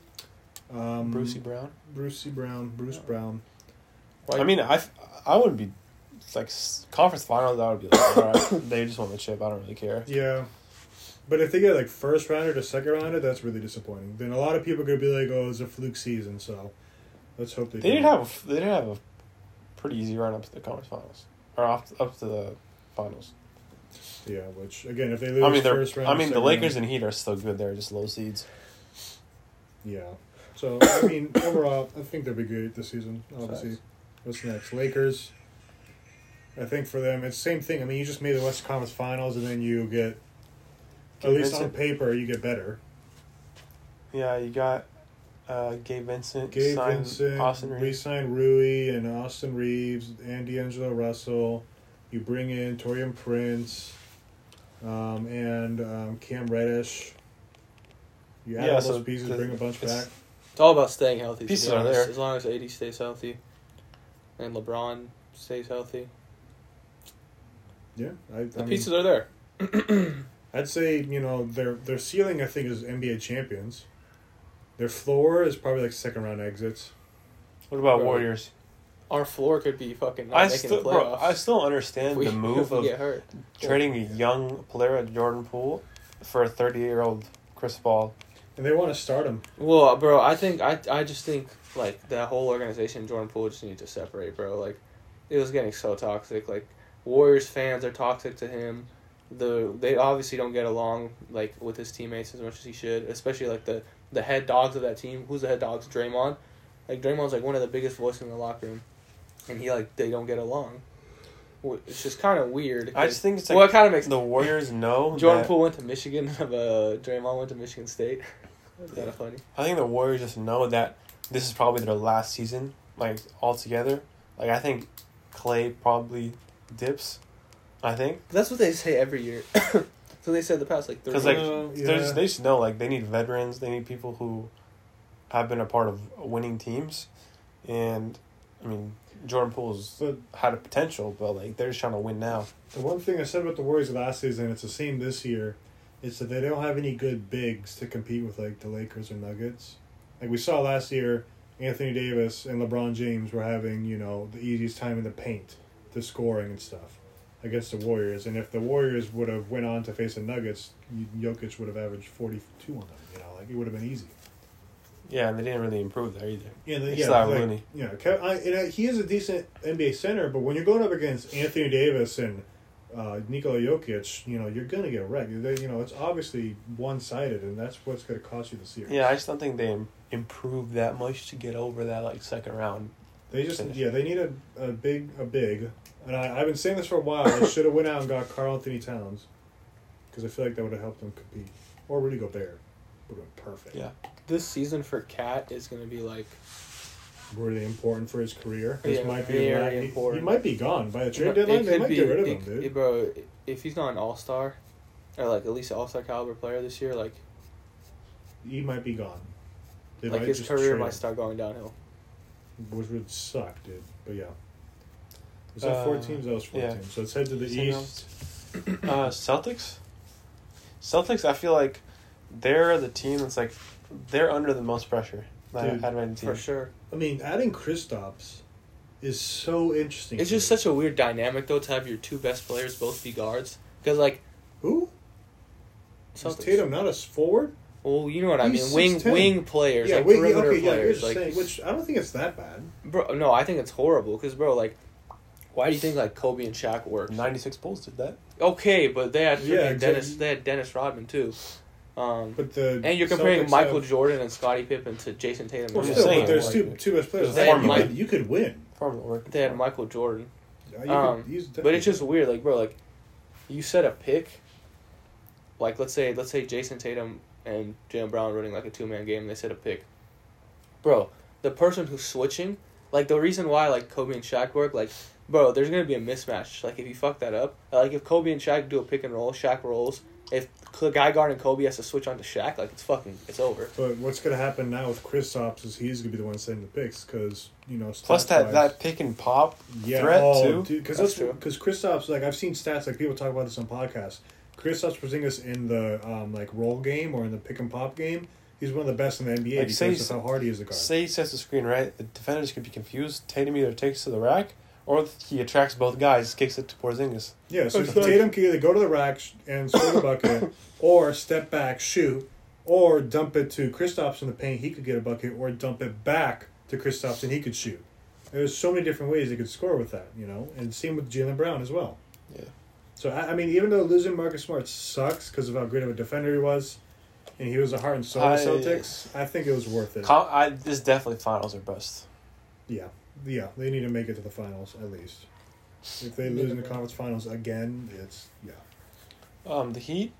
C: um,
A: Brucey E. Brown.
C: Brucey Brown, Bruce Brown.
B: Why-
A: I mean, I, f- I wouldn't be it's like s- conference finals. I would be like, all right, they just won the chip. I don't really care.
C: Yeah, but if they get like first rounder to second rounder, that's really disappointing. Then a lot of people are gonna be like, "Oh, it's a fluke season." So let's hope they.
A: They
C: do.
A: did have a, f- they did have a pretty easy run up to the conference finals or off up to the finals.
C: Yeah, which again, if they lose
A: I mean,
C: first
A: they're
C: round,
A: I mean the
C: second
A: Lakers
C: round-
A: and Heat are still good. They're just low seeds.
C: yeah. So I mean, overall, I think they'll be great this season. Obviously,
A: Facts.
C: what's next? Lakers. I think for them, it's the same thing. I mean, you just made the West Conference Finals, and then you get, at least on
A: Vincent.
C: paper, you get better.
A: Yeah, you got uh, Gabe Vincent,
C: Gabe
A: signed
C: Vincent,
A: Austin Reeves.
C: we signed uh, Rui and Austin Reeves and D'Angelo Russell. You bring in Torian Prince um, and um, Cam Reddish. You add
A: Yeah,
C: all
A: so
C: those pieces,
A: the-
C: bring a bunch
A: it's-
C: back.
B: It's all about staying healthy. to be
A: Pieces are
B: honest.
A: there.
B: As long as AD stays healthy, and LeBron stays healthy,
C: Yeah, I,
B: the
C: I mean,
B: pieces are there.
C: I'd say you know their their ceiling. I think is NBA champions. Their floor is probably like second round exits.
A: What about
B: Bro,
A: Warriors?
B: Our floor could be fucking not
A: I
B: making
A: still
B: the
A: bro,
B: playoffs.
A: I still
B: If
A: understand
B: we-
A: the
B: if
A: move
B: we
A: of
B: get hurt.
A: trading a young player at Jordan Poole for a thirty year old Chris Paul.
C: And they want to start them.
B: Well, bro, I think I I just think like that whole organization, Jordan Poole, just need to separate, bro. Like, it was getting so toxic. Like, Warriors fans are toxic to him. The they obviously don't get along like with his teammates as much as he should, especially like the the head dogs of that team. Who's the head dogs? Draymond. Like Draymond's like one of the biggest voices in the locker room, and he like they don't get along. Wh- It's just kind of weird.
A: I just think it's like
B: well, it kind of makes
A: the Warriors know
B: Jordan
A: that-
B: Poole went to Michigan, uh, Draymond went to Michigan State. That's kind of funny.
A: I think the Warriors just know that this is probably their last season, like altogether. Like I think Clay probably dips. I think
B: That's what they say every year. so they said the past like three.
A: because like
B: years.
C: Uh,
A: they just
C: yeah.
A: they just know like they need veterans. They need people who have been a part of winning teams, and I mean Jordan Poole's
C: But
A: had a potential, but like they're just trying to win now.
C: The one thing I said about the Warriors last season, it's the same this year, is that they don't have any good bigs to compete with like the Lakers or Nuggets. Like we saw last year, Anthony Davis and LeBron James were having, you know, the easiest time in the paint, the scoring and stuff against the Warriors. And if the Warriors would have went on to face the Nuggets, Jokic would have averaged 42 on them, you know, like it would have been easy.
A: Yeah, and they didn't really improve there either.
C: Yeah, the,
A: It's
C: yeah,
A: not
C: like,
A: Looney.
C: yeah. Kev, I, and, uh, he is a decent NBA center, but when you're going up against Anthony Davis and uh, Nikola Jokic, you know you're gonna get wrecked. They, you know it's obviously one sided, and that's what's gonna cost you the series.
A: Yeah, I just don't think they im- improved that much to get over that like second round.
C: They just
A: Finish.
C: yeah they need a, a big a big, and I I've been saying this for a while. they should have went out and got Carl Anthony Towns, because I feel like that would have helped them compete. Or Rudy Gobert would have been perfect.
A: Yeah.
B: This season for Cat is gonna be like
C: Really important for his career. This
B: Yeah,
C: might be
B: very
C: like- he- He,
B: important.
C: might be gone by the trade
B: It
C: deadline. They
B: could
C: might
B: be-
C: get rid of
B: it
C: him,
B: c-
C: dude.
B: it- bro, if he's not an all star, or like at least an all star caliber player this year, like
C: he might be gone. They
B: like
C: might
B: his
C: just
B: career
C: trade
B: might
C: him,
B: start going downhill.
C: which would suck, dude. But yeah, was that
A: Uh,
C: four teams? That was four
A: yeah.
C: teams. So let's head to the
A: Something
C: east.
A: else? Uh, Celtics. Celtics, I feel like they're the team that's like they're under the most pressure. Like,
C: Dude,
A: out of any team.
B: For sure.
C: I mean, adding Kristaps is so interesting.
B: It's
C: to
B: just
C: me.
B: such a weird dynamic though to have your two best players both be guards. Because like
C: who is
B: Celtics-
C: Tatum not a forward?
B: Well, you know what I
C: He's
B: mean. Wing
C: 6'10".
B: wing players, like
C: wait,
B: perimeter
C: yeah, you're
B: players.
C: just
B: like
C: saying, which I don't think it's that bad.
B: bro, no, I think it's horrible. Because bro, like, why do you think like Kobe and Shaq worked?
A: Ninety six Bulls did that.
B: Okay, but they had freaking
C: Yeah, exactly.
B: Dennis. They had Dennis Rodman too. Um,
C: But the
B: and you're comparing
C: Celtics
B: Michael
C: have,
B: Jordan and Scottie Pippen to Jason Tatum.
C: well,
A: I'm
B: and
C: still,
A: just
C: but
A: saying,
C: there's
A: like,
C: two two best players.
B: They
C: You
B: had
C: could,
A: Mike-
C: you could win.
A: Formula work.
B: they had Michael Jordan,
C: Yeah, Uh, You could,
B: Um,
C: he's
B: but it's
C: definitely-
B: just weird. Like, bro, like, you set a pick. Like, let's say, let's say Jason Tatum and Jalen Brown running like a two man game. and They set a pick. Bro, the person who's switching, like the reason why like Kobe and Shaq work, like, bro, there's gonna be a mismatch. Like, if you fuck that up, uh, like if Kobe and Shaq do a pick and roll, Shaq rolls. If the guy guarding Kobe has to switch onto Shaq, like it's fucking, it's over.
C: But what's going to happen now with Kristaps is he's going to be the one setting the picks because you know.
A: Plus that
C: stats-wise-
A: that pick and pop
C: yeah,
A: threat
C: oh,
A: too.
C: dude, because
B: That's
C: that's because Kristaps like I've seen stats like people talk about this on podcasts. Kristaps Porzingis in the um, like roll game or in the pick and pop game, he's one of the best in the NBA
A: Like,
C: because
A: say
C: of
A: some-
C: how hard he is a guard.
A: Say he sets the screen right, the defenders could be confused. Tatum either takes to the rack, or he attracts both guys, kicks it to Porzingis.
C: yeah, so
B: It's like-
C: Tatum can either go to the rack sh- and score the bucket, or step back shoot, or dump it to Kristaps in the paint. He could get a bucket, or dump it back to Kristaps and he could shoot. There's so many different ways they could score with that, you know, and same with Jalen Brown as well.
A: Yeah.
C: So I, I mean, even though losing Marcus Smart sucks because of how great of a defender he was, and he was the heart and soul of
A: I-
C: the Celtics, I think it was worth it.
A: Com- I, this is definitely finals or bust.
C: yeah, yeah, they need to make it to the finals at least. If they lose in the conference finals again, it's yeah.
A: Um, the Heat.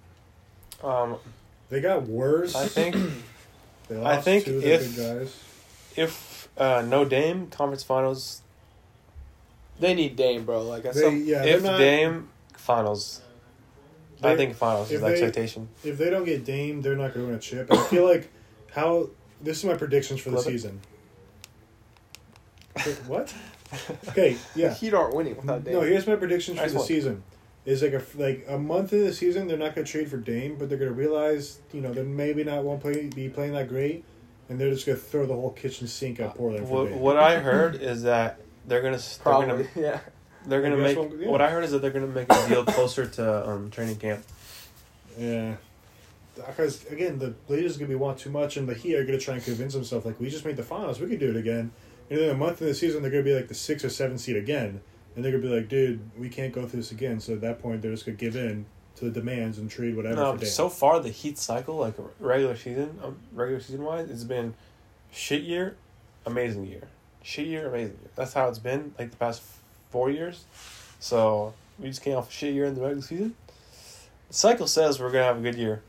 A: Um,
C: They got worse.
A: I think
C: they
A: I think
C: two of their
A: if-
C: good guys.
A: if uh, no Dame conference finals,
B: They need Dame, bro. Like, that's
C: They-
B: some,
C: yeah, they're
A: if
C: not,
A: Dame finals, I
C: They-
A: think finals
C: if
A: is the
C: they-
A: expectation.
C: if they don't get Dame, they're not going to win a chip. And I feel like how this is my predictions for the
A: Love it.
C: season. Wait, what? Okay, yeah.
B: Heat aren't winning without Dame.
C: No, here's my predictions for
A: Nice
C: the
A: one.
C: season. Is like a like a month into the season, they're not going to trade for Dame, but they're going to realize you know they maybe not won't play be playing that great, and they're just going to throw the whole kitchen sink at Portland. For
A: Uh, What,
C: Dame.
A: what I heard is that they're gonna s- they're
B: Probably,
A: gonna
B: yeah.
A: they're gonna
C: Maybe
A: make
C: that's what- yeah.
A: what I heard is that they're gonna make a deal closer to um, training camp.
C: Yeah. Because again, the Blazers gonna be want too much, and the Heat are gonna try and convince themselves like we just made the finals, we could do it again. And then a month in the season, they're gonna be like the six or seven seed again, and they're gonna be like, dude, we can't go through this again. So at that point, they're just gonna give in to the demands and trade whatever.
A: No,
C: for Dame.
A: so far the Heat cycle, like r- regular season, um, regular season wise, it's been shit year, amazing year, shit year, amazing year. That's how it's been like the past four years. So we just came off a shit year in the regular season. The cycle says we're gonna have a good year.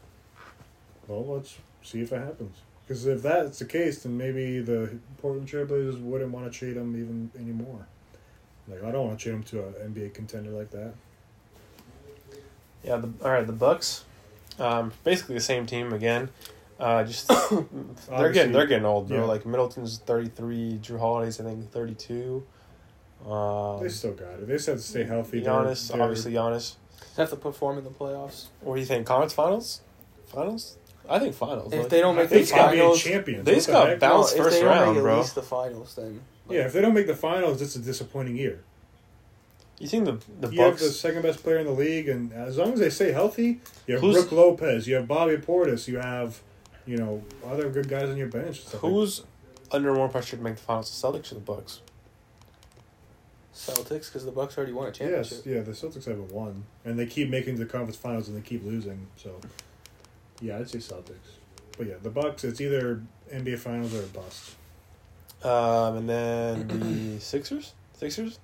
C: well, let's see if it happens. Because if that's the case, then maybe the Portland Trailblazers wouldn't want to trade him even anymore. Like I don't want to trade him to an NBA contender like that.
A: Yeah. The, all right, the Bucks, um, basically the same team again. Uh, just they're getting they're getting old, bro.
C: yeah.
A: Like Middleton's thirty three, Drew Holiday's I think thirty two. Um,
C: They still got it. They just have to stay healthy. They're-
A: Giannis,
C: they're-
A: obviously Giannis.
B: Have to perform in the playoffs.
A: What do you think? Conference finals, finals. I think finals.
B: If
A: like-
B: they don't make
C: They
B: the
C: just gotta be a
B: finals,
C: champions.
A: They
C: What
A: just
C: the
A: got
C: heck?
A: bounced.
B: if
A: first
B: they don't
A: round,
B: make
A: bro.
B: at least the finals, then
C: Yeah, if they don't make the finals, it's a disappointing year.
A: you think the the
C: you have the
A: Bucks?
C: second best player in the league, and as long as they stay healthy, you have
A: Who's-
C: Brooke Lopez, you have Bobby Portis, you have, you know, other good guys on your bench. and stuff like-
A: Who's under more pressure to make the finals? The Celtics or the Bucks?
B: Celtics because the Bucks already won a championship.
C: Yes, yeah, the Celtics haven't won, and they keep making the conference finals, and they keep losing. So, yeah, I'd say Celtics. But yeah, the Bucks. It's either NBA Finals or a bust.
A: Um, and then the Sixers. Sixers.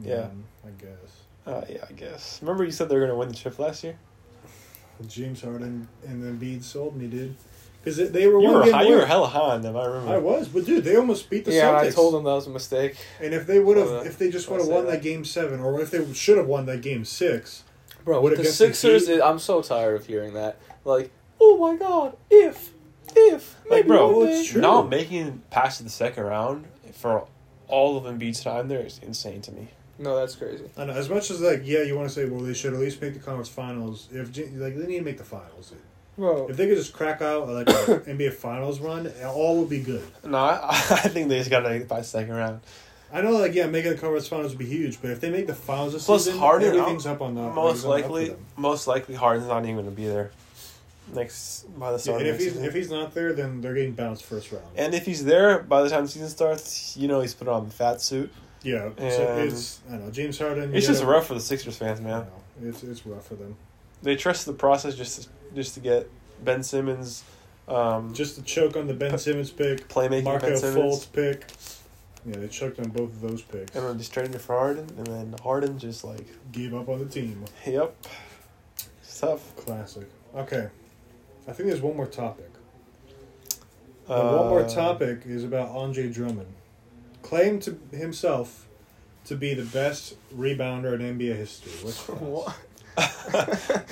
A: Yeah.
C: Mm, I guess
A: Uh, yeah, I guess. Remember you said they were gonna win the chip last year.
C: James Harden and then Bede sold me, dude, because they, they were
A: You
C: one
A: were
C: game
A: high, you were
C: away.
A: hella high on them. I remember.
C: I was, but dude, they almost beat the
B: yeah,
C: Celtics.
B: I told them that was a mistake.
C: And if they would
B: Well,
C: have, if they just
B: I'll
C: would have
B: say
C: won
B: that.
C: that game seven, or if they should have won that game six,
B: Bro,
C: What,
B: the
C: against the
B: Sixers,
C: Heat?
B: I'm so tired of hearing that. Like, oh my god, if, if,
A: Like,
B: maybe
A: bro,
B: one
C: it's
B: day."
C: true.
A: not making it past the second round for all of Embiid's time there is insane to me.
B: No, that's crazy.
C: I know, as much as like, yeah, you want to say, well, they should at least make the conference finals. If J- like they need to make the finals, dude.
B: Bro,
C: If they could just crack out like an NBA Finals run, all would be good.
A: No, I, I think they just got to make it by the second round.
C: I know, like, yeah, making the conference finals would be huge, but if they make the finals this
A: Plus
C: season,
A: Harden,
C: everything's up on that.
A: most likely, most likely, Harden's not even going to be there next by the
C: Yeah,
A: start.
C: and
A: of
C: if
A: next
C: he's
A: season.
C: if he's not there, then they're getting bounced first round.
A: and if he's there by the time the season starts, you know he's put on the fat suit.
C: yeah, so
A: and-
C: it's I don't know James Harden.
A: It's
C: you
A: just
C: gotta-
A: rough for the Sixers fans,
C: I
A: man.
C: don't know, it's it's rough for them.
A: They trust the process just to, just to get Ben Simmons, um,
C: Just to choke on the Ben Simmons pick,
A: playmaking
C: Marco
A: Ben Simmons,
C: Fultz pick. Yeah, they choked on both of those picks.
A: and then just trading it for Harden, and then Harden just like,
C: Gave up on the team.
A: yep, it's tough.
C: Classic. Okay, I think there's one more topic.
A: Uh,
C: And one more topic is about Andre Drummond. Claimed to himself to be the best rebounder in NBA history. What's
B: what?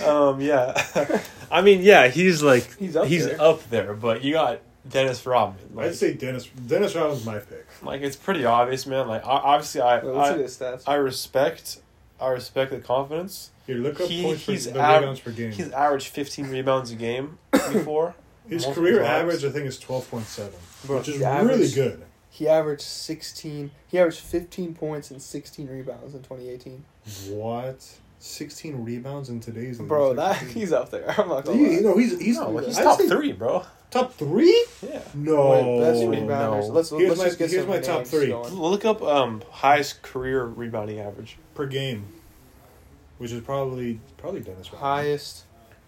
A: um, yeah. I mean, yeah, he's like
B: He's up
A: he's
B: there.
A: up there, but you got Dennis Rodman. Like,
C: I'd say Dennis Dennis Rodman's my pick.
A: like it's pretty obvious, man. Like I, obviously, I
B: Wait, let's see
A: I,
B: his stats.
A: I respect I respect the confidence.
C: Here, look up
A: He-
C: points per,
A: he's
C: the
A: av-
C: rebounds per game.
A: He's averaged 15 rebounds a game before.
C: His
A: multiple
C: career
A: drives.
C: average, I think, is twelve point seven,
B: Bro,
C: which is
B: he
C: really
B: averaged-
C: good.
B: He averaged 16, he averaged 15 points and 16 rebounds in 2018.
C: What? Sixteen rebounds in today's
B: Bro,
C: league.
B: that, he's up there. I'm not gonna
C: Mm, He-
B: lie.
C: no, he's he's,
A: No, like, he's
C: I'd
A: top
C: say
A: three, bro.
C: Top three?
A: Yeah.
C: No.
B: Wait, best
A: Oh,
B: rebounders.
A: no.
B: Let's,
C: Here's
B: let's
C: my-
B: just get
C: here's
B: some
C: my top
B: names
C: three.
B: going.
A: Look up um highest career rebounding average.
C: per game, which is probably probably Dennis Rodman.
B: Highest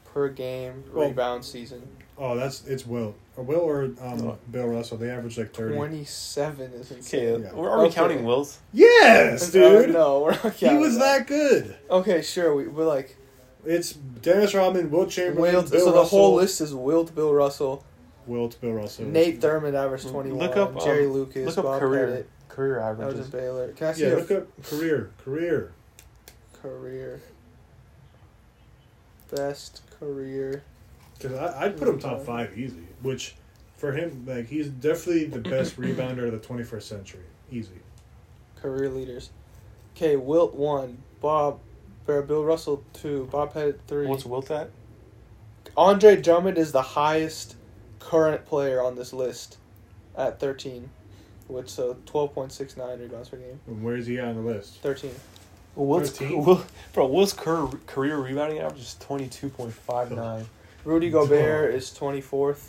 B: per game
C: Well,
B: rebound season.
C: Oh, that's it's Will. Or Will or um,
A: No.
C: Bill Russell. They average like thirty.
B: 27 is insane.
A: Okay,
C: Yeah.
A: are we
B: Okay.
A: counting Wilt?
C: Yes, dude.
B: Oh, no, we're not
C: he
B: counting
C: was that good.
B: Okay, sure. We, we're like,
C: It's Dennis Rodman, Will Chamberlain,
B: Wilt,
C: Bill
B: so the
C: Russell.
B: whole list is Wilt, Bill Russell,
C: Wilt, Bill Russell.
B: Nate Thurmond averaged 21,
A: Look up, um,
B: Jerry Lucas,
A: Look up
B: Bob
A: career
B: Pettit,
A: career averages.
B: Elgin Baylor. Can I see
C: Yeah,
B: a
C: look up career, career.
B: career? Best career.
C: Because I'd put him top five easy. Which, for him, like he's definitely the best rebounder of the twenty first century. Easy.
B: Career leaders. Okay, Wilt 1, Bob, or Bill Russell 2, Bob Pettit 3.
A: What's Wilt at?
B: Andre Drummond is the highest current player on this list at 13, which so 12.69 rebounds per game.
C: And where's he at on the list?
B: 13.
A: Wilt's,
C: 13.
A: Wilt, bro, Wilt's career, career rebounding average is 22.59.
B: Rudy Gobert is 24th.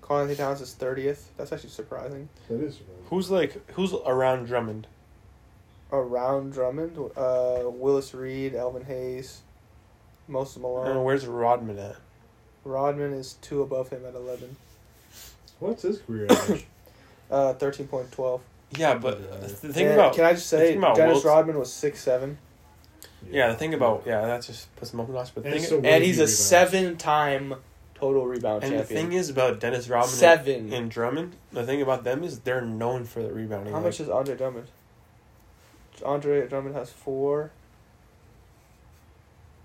B: Carl Anthony Towns is 30th. That's actually surprising.
C: That is.
A: Who's like who's around Drummond?
B: Around Drummond, uh, Willis Reed, Elvin Hayes, Moses
A: And
B: Malone.
A: where's Rodman at?
B: Rodman is two above him at 11.
C: What's his career average?
B: Uh, 13.12.
A: Yeah, but uh,
C: Yeah.
A: the thing
B: And
A: about
B: Can I just say,
A: think about
B: Dennis
A: Wilt-
B: Rodman was six seven,
A: yeah, the thing about yeah, that just puts him up a notch. But the
C: And
A: thing,
C: so-
A: and,
B: And he's a
C: rebounds.
B: seven time total rebound
A: the
B: champion.
A: thing is about Dennis Rodman and-
B: Seven.
A: and Drummond. The thing about them is they're known for the rebounding.
B: How
A: Like,
B: much is Andre Drummond? Andre Drummond has four.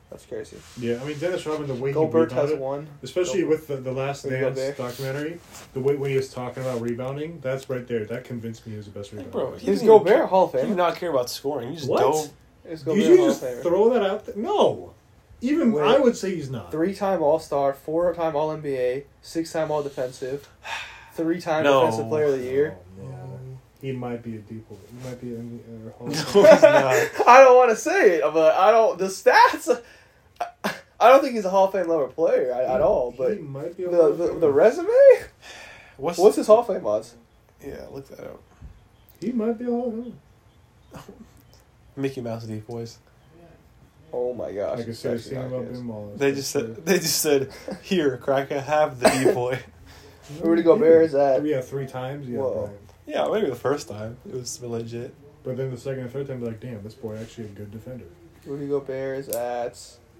B: That's crazy.
C: Yeah, I mean Dennis Rodman, the way
B: Gobert
C: he
B: has
C: rebounded,
B: one.
C: Especially
B: Go-
C: with the, the Last
B: There you go,
C: Dance
B: Bear.
C: documentary, the way when he was talking about rebounding, that's right there. That convinced me he was the best rebounder.
A: bro, he-
B: Is Gobert a Hall of
A: He did
B: Famer?
A: not care about scoring. He just
C: What?
A: dove.
B: Is Gobert
C: Did
B: a
C: you
B: Hall of
C: just
B: Famer?
C: throw that out? There? No, Even
B: Wait.
C: I would say he's not.
B: Three time All Star, four time All NBA, six time All Defensive, three time
A: No.
B: Defensive Player of the Year.
C: Oh, man. He might be a deep. He might be an. Uh,
A: No, he's not.
B: I don't want to say it, but I don't. The stats. I, I don't think he's a Hall of Fame level player at, at all. But
C: he might be a
B: the, the the resume.
A: What's,
B: What's his Hall of Fame odds?
A: Yeah, look that up.
C: he might be a Hall of Famer.
A: Mickey Mouse deep voice.
B: Oh my gosh!
C: Like I
B: it's
C: said,
B: actually
C: seen
B: not
C: about
B: his.
C: being Wallace.
A: They just said they just said here, Cracker, have the deep boy.
B: Rudy Gobert is at-
C: Yeah, three times. Yeah,
B: Whoa.
C: right.
A: yeah, maybe the first time it was legit.
C: But then the second and third time, they're like, damn, this boy actually a good defender.
B: Rudy Gobert is at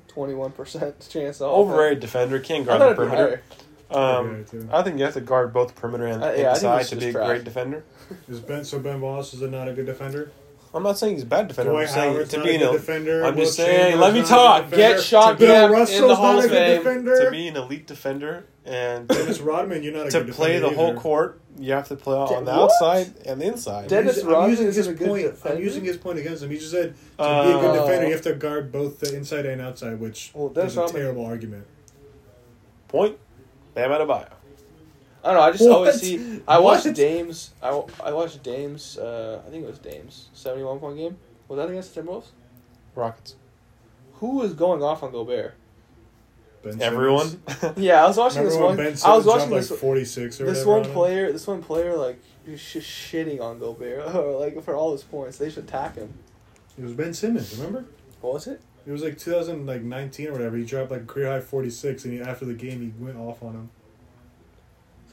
B: twenty one percent chance. Of
A: Overrated defender, can't
B: I
A: guard
B: thought
A: the
B: it'd be
A: perimeter.
B: higher.
A: Um,
C: Okay, too.
A: I think you have to guard both the perimeter and,
B: Uh,
A: and
B: yeah, I
A: the
B: think
A: side
B: it's
A: to
B: just
A: be a
B: trash.
A: great defender.
C: Is Ben so Ben Wallace is not a good defender?
A: I'm not saying he's a bad defender.
C: Dwight
A: I'm saying
C: Howard's
A: to
C: not
A: be
C: a
A: an
C: good
A: el-
C: defender.
A: I'm
C: Will
A: just saying,
C: Chambers
A: let me
C: not a good
A: talk.
B: Get
C: defender.
B: shot,
C: Bill
B: get in the
C: Russell's
B: Hall
C: not
B: of
C: a good
B: Fame.
C: defender.
A: to be an elite defender and
C: Dennis
A: to,
C: Rodman, you're not a
A: to
C: good
A: play
C: defender
A: the whole
C: either.
A: court, you have to play on the
B: What?
A: outside and the inside.
B: Dennis
C: He's- I'm
B: Rodman
C: using
B: is
C: his
B: a good
C: point.
B: defender?
C: I'm using his point against him. He just said to be a good
B: Uh,
C: defender, you have to guard both the inside and outside, which
B: Well, that's
C: is a
B: not-
C: terrible argument.
A: Point. Bam Adebayo.
B: I don't know. I just
C: What?
B: always see. I watched
C: What?
B: Dame's. I, wa- I watched Dame's. Uh, I think it was Dame's seventy-one point game. Was that against the Timberwolves?
A: Rockets.
B: Who was going off on Gobert?
C: Ben Simmons.
A: Everyone.
B: Yeah, I was watching
C: Remember
B: this
C: when
B: one.
C: Ben Simmons
B: I was watching
C: dropped, like
B: this.
C: 46 or
B: this
C: whatever
B: one
C: on him?
B: player. This one player like was sh- shitting on Gobert or like for all his points. They should attack him.
C: It was Ben Simmons, remember?
B: What was it?
C: It was like 2019 or whatever. He dropped like a career high 46, and he, after the game, he went off on him.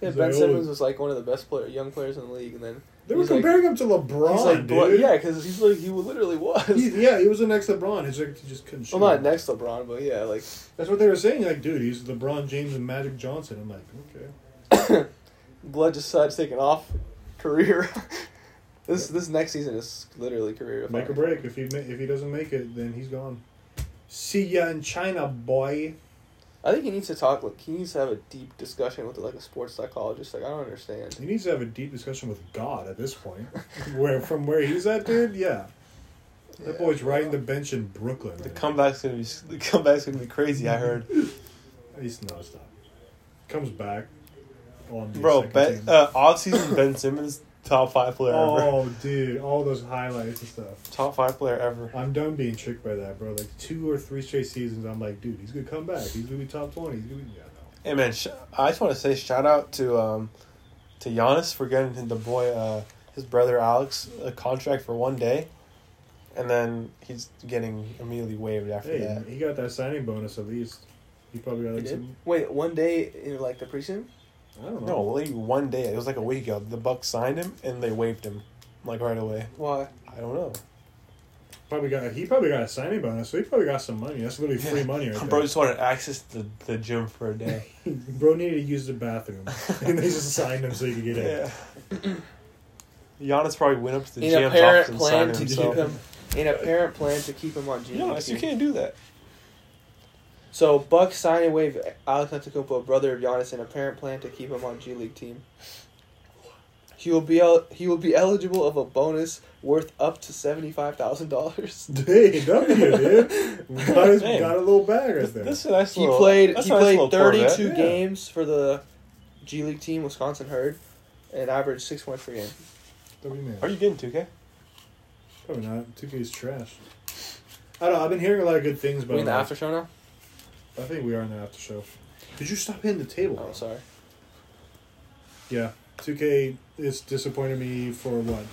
B: Yeah,
C: He's
B: ben
C: like, oh,
B: Simmons was like one of the best player, young players in the league, and then
C: They were
B: He's like-
C: comparing him to LeBron,
B: he's like,
C: dude.
B: blo- yeah, because he's like he literally was.
C: He- yeah, he was the next LeBron. He's like, he just couldn't shoot.
B: well, not next LeBron, but yeah, like
C: That's what they were saying. Like, dude, he's LeBron James and Magic Johnson. I'm like, okay.
B: Blood just started taking off career. this this next season is literally career.
C: Make a break. If he ma- if he doesn't make it, then he's gone. See ya in China, boy.
B: I think he needs to talk. Like he needs to have a deep discussion with like a sports psychologist. Like I don't understand.
C: He needs to have a deep discussion with God at this point. where from where he's at, dude? Yeah, that boy's riding the bench in Brooklyn.
A: The
C: right now.
A: comeback's gonna be the comeback's gonna be crazy. I heard,
C: He's no stop. Comes back. On the
A: bro.
C: second
A: Ben,
C: team.
A: uh, off season Ben Simmons top five player ever.
C: oh, dude, all those highlights and stuff.
A: Top five player ever.
C: I'm done being tricked by that, bro. Like two or three straight seasons, I'm like, dude, he's gonna come back. He's gonna be top twenty. He's gonna be yeah. No.
A: Hey man, sh- I just want to say shout out to um, to Giannis for getting him the boy uh, his brother Alex a contract for one day, and then he's getting immediately waived after
C: Hey,
A: that.
C: he got that signing bonus at least. He probably got
B: He
C: like
B: did?
C: some.
B: Wait, one day in like the preseason,
C: I don't know.
A: No, like one day. It was like a week ago. The Bucks signed him and they waived him, like right away.
B: why?
A: I don't know.
C: Probably got he probably got a signing bonus, so he probably got some money. That's literally free money right
A: Bro
C: there.
A: just wanted access to the gym for a day.
C: Bro needed to use the bathroom, and they just signed him so he could get in.
A: Yeah. Giannis probably went up to the
B: In
A: gym
B: a parent
A: and
B: plan
A: signed
B: to
A: himself.
B: keep him. In a parent plan to keep him on G.
A: Giannis, you can't do that.
B: So Bucks sign and waive Alex Antetokounmpo, brother of Giannis, in a parent plan to keep him on G League team. He will be el- he will be eligible of a bonus worth up to seventy five thousand dollars.
C: Hey, W, dude. Got, his,
A: Man.
C: got a little bag right there.
A: That's a nice
B: He
A: little-
B: played
A: that's
B: he
A: a nice little
B: played thirty
A: Corvette.
B: two
C: yeah.
B: games for the G League team, Wisconsin Herd, and averaged six points per game.
C: W man.
A: Are you getting 2K?
C: Probably not. 2K is trash. I don't know. I've been hearing a lot of good things,
B: We
C: but
B: in the
C: I'm
B: after show now?
C: like, I think we are in the after show. Did you stop hitting the table?
B: Oh, sorry.
C: Yeah. 2K has disappointed me for what?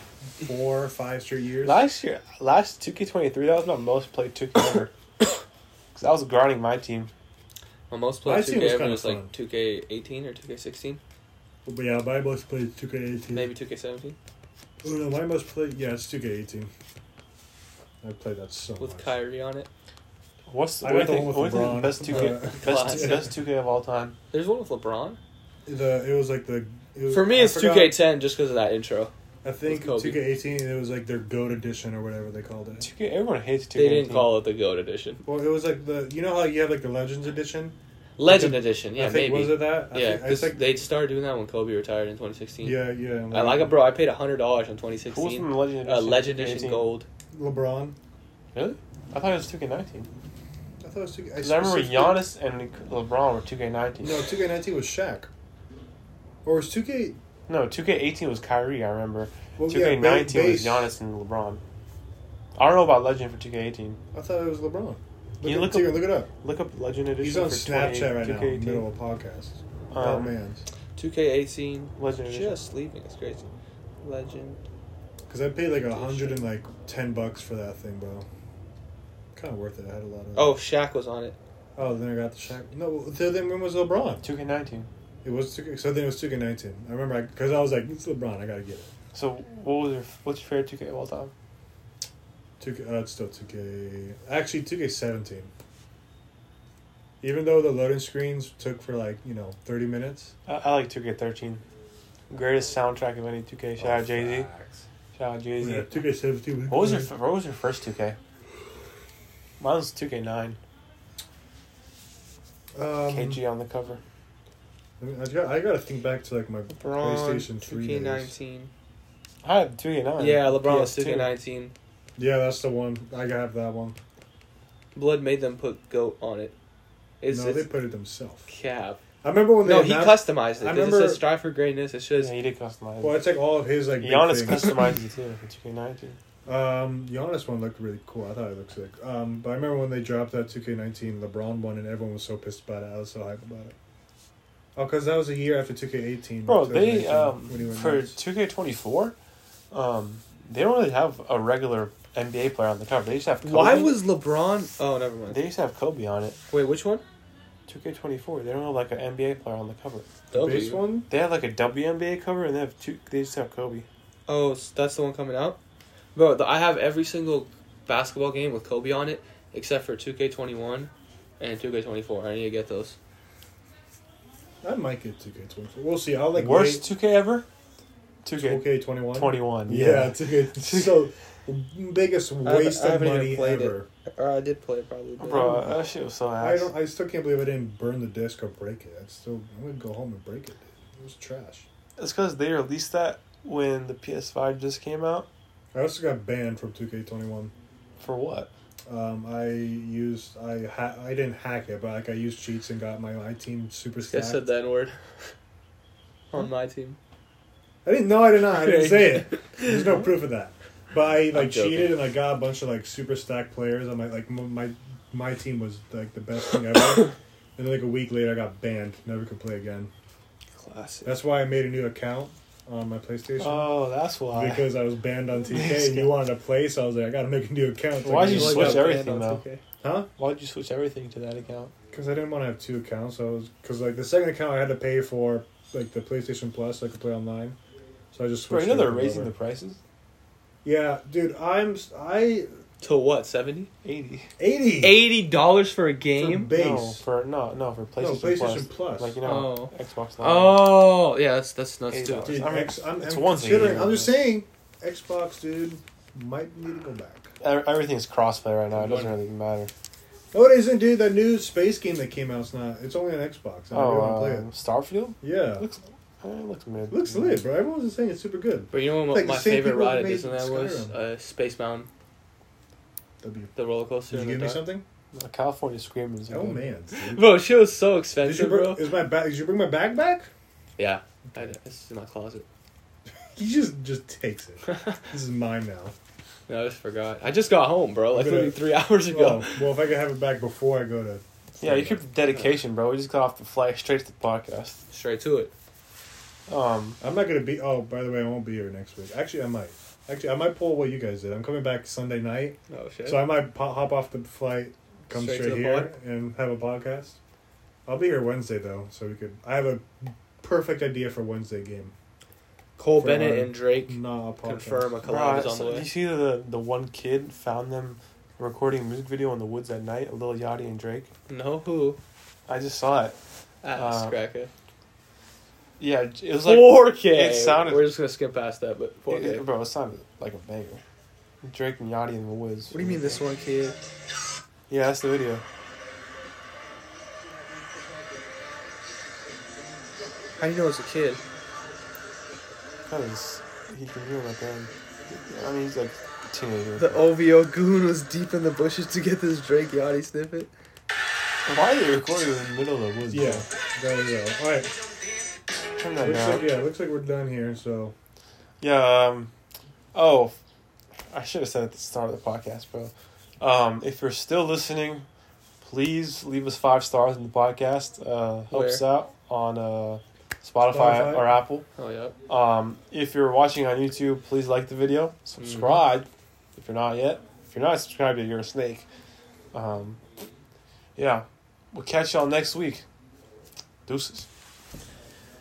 C: Four, five straight years?
A: Last year, last 2K23, that was my most played 2K ever. Because I was grinding my team.
B: My most
C: played My team 2K was ever kinda was, like, fun.
B: two K eighteen or two K sixteen,
C: But yeah, my most played 2K18.
B: two K seventeen
C: Oh, no, my most played. Yeah, it's 2K18. I played that so much.
B: Kyrie on it.
A: What's
C: I
A: what do you
C: got the
A: think?
C: one
A: What
C: with
A: do you think the
C: LeBron.
A: best 2K,
C: Uh,
A: best,
B: Classic.
A: best 2K of all time?
B: There's one with LeBron.
C: The, it was like the. It was,
B: For me,
C: I
B: it's two
C: forgot-
B: K ten just because of that intro.
C: I think
B: Kobe.
C: 2K18, it was like their GOAT edition or whatever they called it.
A: 2K, everyone hates 2K.
B: They didn't call it the Goat Edition.
C: Well, it was like the. You know how you have like the Legends edition?
B: Legend
C: I
B: Edition, yeah,
C: I think,
B: maybe.
C: Was it that? I
B: yeah,
C: think- I
B: because
C: think-
B: they started doing that when Kobe retired in 2016.
C: Yeah, yeah.
B: I like it, bro. I paid hundred dollars in
A: Who was from
B: 2016.
A: the Legend
B: Uh,
A: Edition?
B: Legend
A: 2K18?
B: Edition Gold.
C: LeBron.
A: Really? I thought it was 2K19.
C: I thought it was two.
A: Because I remember Giannis and LeBron were 2K19.
C: No, two K nineteen was Shaq. Or was two K?
A: No, 2K18 was Kyrie, I remember.
C: Well, yeah,
A: 2K19
C: ba-
A: was
C: base.
A: Giannis and LeBron. I don't know about Legend for 2K18.
C: I thought it was LeBron. Look,
A: You
C: it,
A: look
C: look,
A: up-
C: look it up.
A: Look up Legend Edition
C: He's on
A: for
C: Snapchat
A: 20-
C: right now, in the
A: 2K18.
C: middle of a podcast.
A: Um,
C: oh man,
B: Two K eighteen.
A: Legend Edition.
B: Just leaving. It's crazy. Legend.
C: because I paid like a hundred and like ten bucks for that thing, bro. Kind of worth it. I had a lot of.
B: Oh, Shaq was on it.
C: Oh, then I got the Shaq. No, so then when was LeBron?
A: 2K19.
C: It was 2K, so then it was two K nineteen. I remember because I, was like, it's LeBron. I gotta get it.
A: So what was your what's your favorite 2K of all time?
C: Two K. Uh, it's still two K. Actually, two K seventeen. Even though the loading screens took for like you know thirty minutes.
A: I, I like 2K13. Greatest soundtrack of any 2K. Shout
B: Oh,
A: out Jay Z. Shout out Jay Z.
C: Yeah, two K seventeen.
A: What was your f- What was your first 2K? Mine was 2K9.
C: um,
A: KG on the cover.
C: I, mean, I, got, I gotta think back to like my PlayStation
B: LeBron. Two
C: 3
B: K
C: days.
B: nineteen.
A: I had 2K9.
B: Yeah, LeBron was two
A: PS2.
B: K nineteen.
C: yeah that's the one I have that one
B: Blood made them put goat on it. It's,
C: no they
B: it's
C: put it themselves
B: cab.
C: I remember when they
B: No, he
C: announced-
B: customized it.
C: I
B: It just
C: remember-
B: says strive for greatness. It
A: Yeah,
B: says
A: he did customize.
C: well
A: What?
C: it's like all of his like big
A: Giannis
C: things.
A: customized it too for 2K19.
C: um Giannis one looked really cool I thought it looked sick um but I remember when they dropped that 2K19 LeBron one and everyone was so pissed about it I was so hyped about it oh cause that was a year after 2K18
A: Bro, they
C: 2019,
A: um
C: when he went
A: for
C: nuts.
A: two K twenty four, um they don't really have a regular NBA player on the cover. They just have Kobe.
B: why was LeBron? Oh, never mind.
A: they just have Kobe on it?
B: Wait, which one?
A: Two K twenty four. They don't have like an NBA player on the cover.
C: the base one
A: They have like a WNBA cover and they have two. They just have Kobe.
B: Oh, s- that's the one coming out, bro. The, I have every single basketball game with Kobe on it, except for two K twenty one and two K twenty four. I need to get those.
C: I might get 2K24 we'll see I'll like
A: Worst two K ever. Two K
C: 2K21
A: twenty one.
C: Yeah,
A: Yeah.
C: it's a- it's so biggest waste of
B: haven't even
C: money
B: played it.
C: ever.
B: Or I did play it probably. but-
A: Bro, that shit was so
C: I
A: ass.
C: don't. I still can't believe I didn't burn the disc or break it. I still. I'm gonna go home and break it. dude. It was trash.
A: It's because they released that when the PS Five just came out.
C: I also got banned from 2K21.
A: For what?
C: Um, I used. I ha- I didn't hack it, but like I used cheats and got my my team super
B: I
C: stacked.
B: said that word on my team.
C: I didn't know. I did not. I didn't say it. There's no proof of that. But I like
B: joking.
C: cheated and I got a bunch of like super stacked players. I'm like, like m- my my team was like the best thing ever. and then like a week later, I got banned. Never could play again.
B: Classic.
C: That's why I made a new account on my PlayStation.
A: Oh, that's why.
C: because I was banned on TK
A: This
C: and you
A: guy.
C: wanted to play, so I was like, I gotta make a new account.
A: Why'd you
C: Like,
A: switch everything, though?
C: Huh?
A: Why'd you switch everything to that account?
C: Because I didn't want to have two accounts. So I was because like the second account I had to pay for like the PlayStation Plus, so I could play online. So I just
A: Bro,
C: switched.
A: you know they're
C: everything
A: raising
C: over.
A: the prices.
C: Yeah, dude, I'm s- I
B: To what? Seventy.
A: Eighty.
C: eighty
B: Eighty dollars for a
C: for
B: game.
C: base.
A: No, for no, no, for PlayStation,
C: PlayStation Plus.
A: Like you know, Xbox Live.
B: Oh, yeah. That's that's nuts too.
A: $80.
C: Dude,
A: I mean,
C: X, I'm,
A: it's
C: I'm
A: once a
C: considering.
A: year,
C: I'm just
A: man.
C: saying, Xbox, dude, might need to go back.
A: E- Everything's crossplay right now. It doesn't really matter.
C: No, it isn't, dude. That new space game that came out's not. It's only on Xbox. I don't
A: Oh,
C: want to play
A: um, Starfield
C: it. Yeah,
A: looks. eh, It looks mid.
C: looks lit, bro. Everyone's just saying it's super good.
B: But you know what
C: Like the
B: my
C: same
B: favorite
C: people
B: ride at
C: that made
B: Disneyland was?
C: Skyrim.
B: Uh, Space Mountain,
C: That'd be-
B: the roller coaster.
C: Did you
B: in the dark.
C: give me something?
A: California Screaming is
C: Oh
A: good.
C: man, dude.
B: Bro, shit was so
C: did you
B: expensive,
C: bring,
B: bro.
C: is my bag? Did you bring my bag back?
B: Yeah, I, it's in my closet.
C: He just just takes it. this is mine now.
B: No, I just forgot. I just got home, bro. Like
C: Look at
B: literally
C: it.
B: three hours ago.
C: Oh, Well, well, if I could have it back before I go to.
A: Yeah, you keep the dedication, bro. We just got off the flight straight to the podcast.
B: Straight to it.
A: Um,
C: I'm not gonna be. Oh, by the way, I won't be here next week. Actually, I might. Actually, I might pull what you guys did. I'm coming back Sunday night,
B: Oh shit.
C: so I might pop, hop off the flight, come
B: Straight
C: straight,
B: to the
C: here, and have a podcast. I'll be here Wednesday though, so we could. I have a perfect idea for Wednesday game.
B: Cole
C: For
B: Bennett
C: our-
B: and Drake
C: Nah, podcast.
B: confirm a
A: bro,
B: collab
A: I,
B: is on the
A: so, you
B: way.
A: see the the one kid found them recording a music video in the woods at night, Lil Yachty and Drake.
B: No who? Ah,
A: I just saw it.
B: Ass
A: Uh,
B: cracker.
A: Yeah, it was like
B: Four K.
A: it sounded-
B: We're just gonna skip past that, but four
A: It-
B: K.
A: it- bro, it sounded like a banger. Drake and Yachty in the woods.
B: What do you mean this one kid?
A: Yeah, that's the video.
B: How do you know it's a kid?
A: Cause he can hear my band. I mean, he's like a teenager.
B: OVO goon was deep in the bushes to get this Drake Yachty snippet.
A: Why are they recording in the middle of the woods?
C: Yeah, there we go. All right,
A: Turn that
C: looks
A: down.
C: like, yeah, looks like we're done here. So
A: Yeah. Um, oh, I should have said at the start of the podcast, bro. Um, if you're still listening, please leave us five stars in the podcast. Uh, help us
B: Where?
A: out on uh, Spotify,
C: Spotify.
A: or Apple.
B: Oh yeah.
A: Um, if you're watching on YouTube, please like the video, subscribe. If you're not yet, if you're not subscribed yet, you're a snake. Um, yeah, we'll catch y'all next week. Deuces.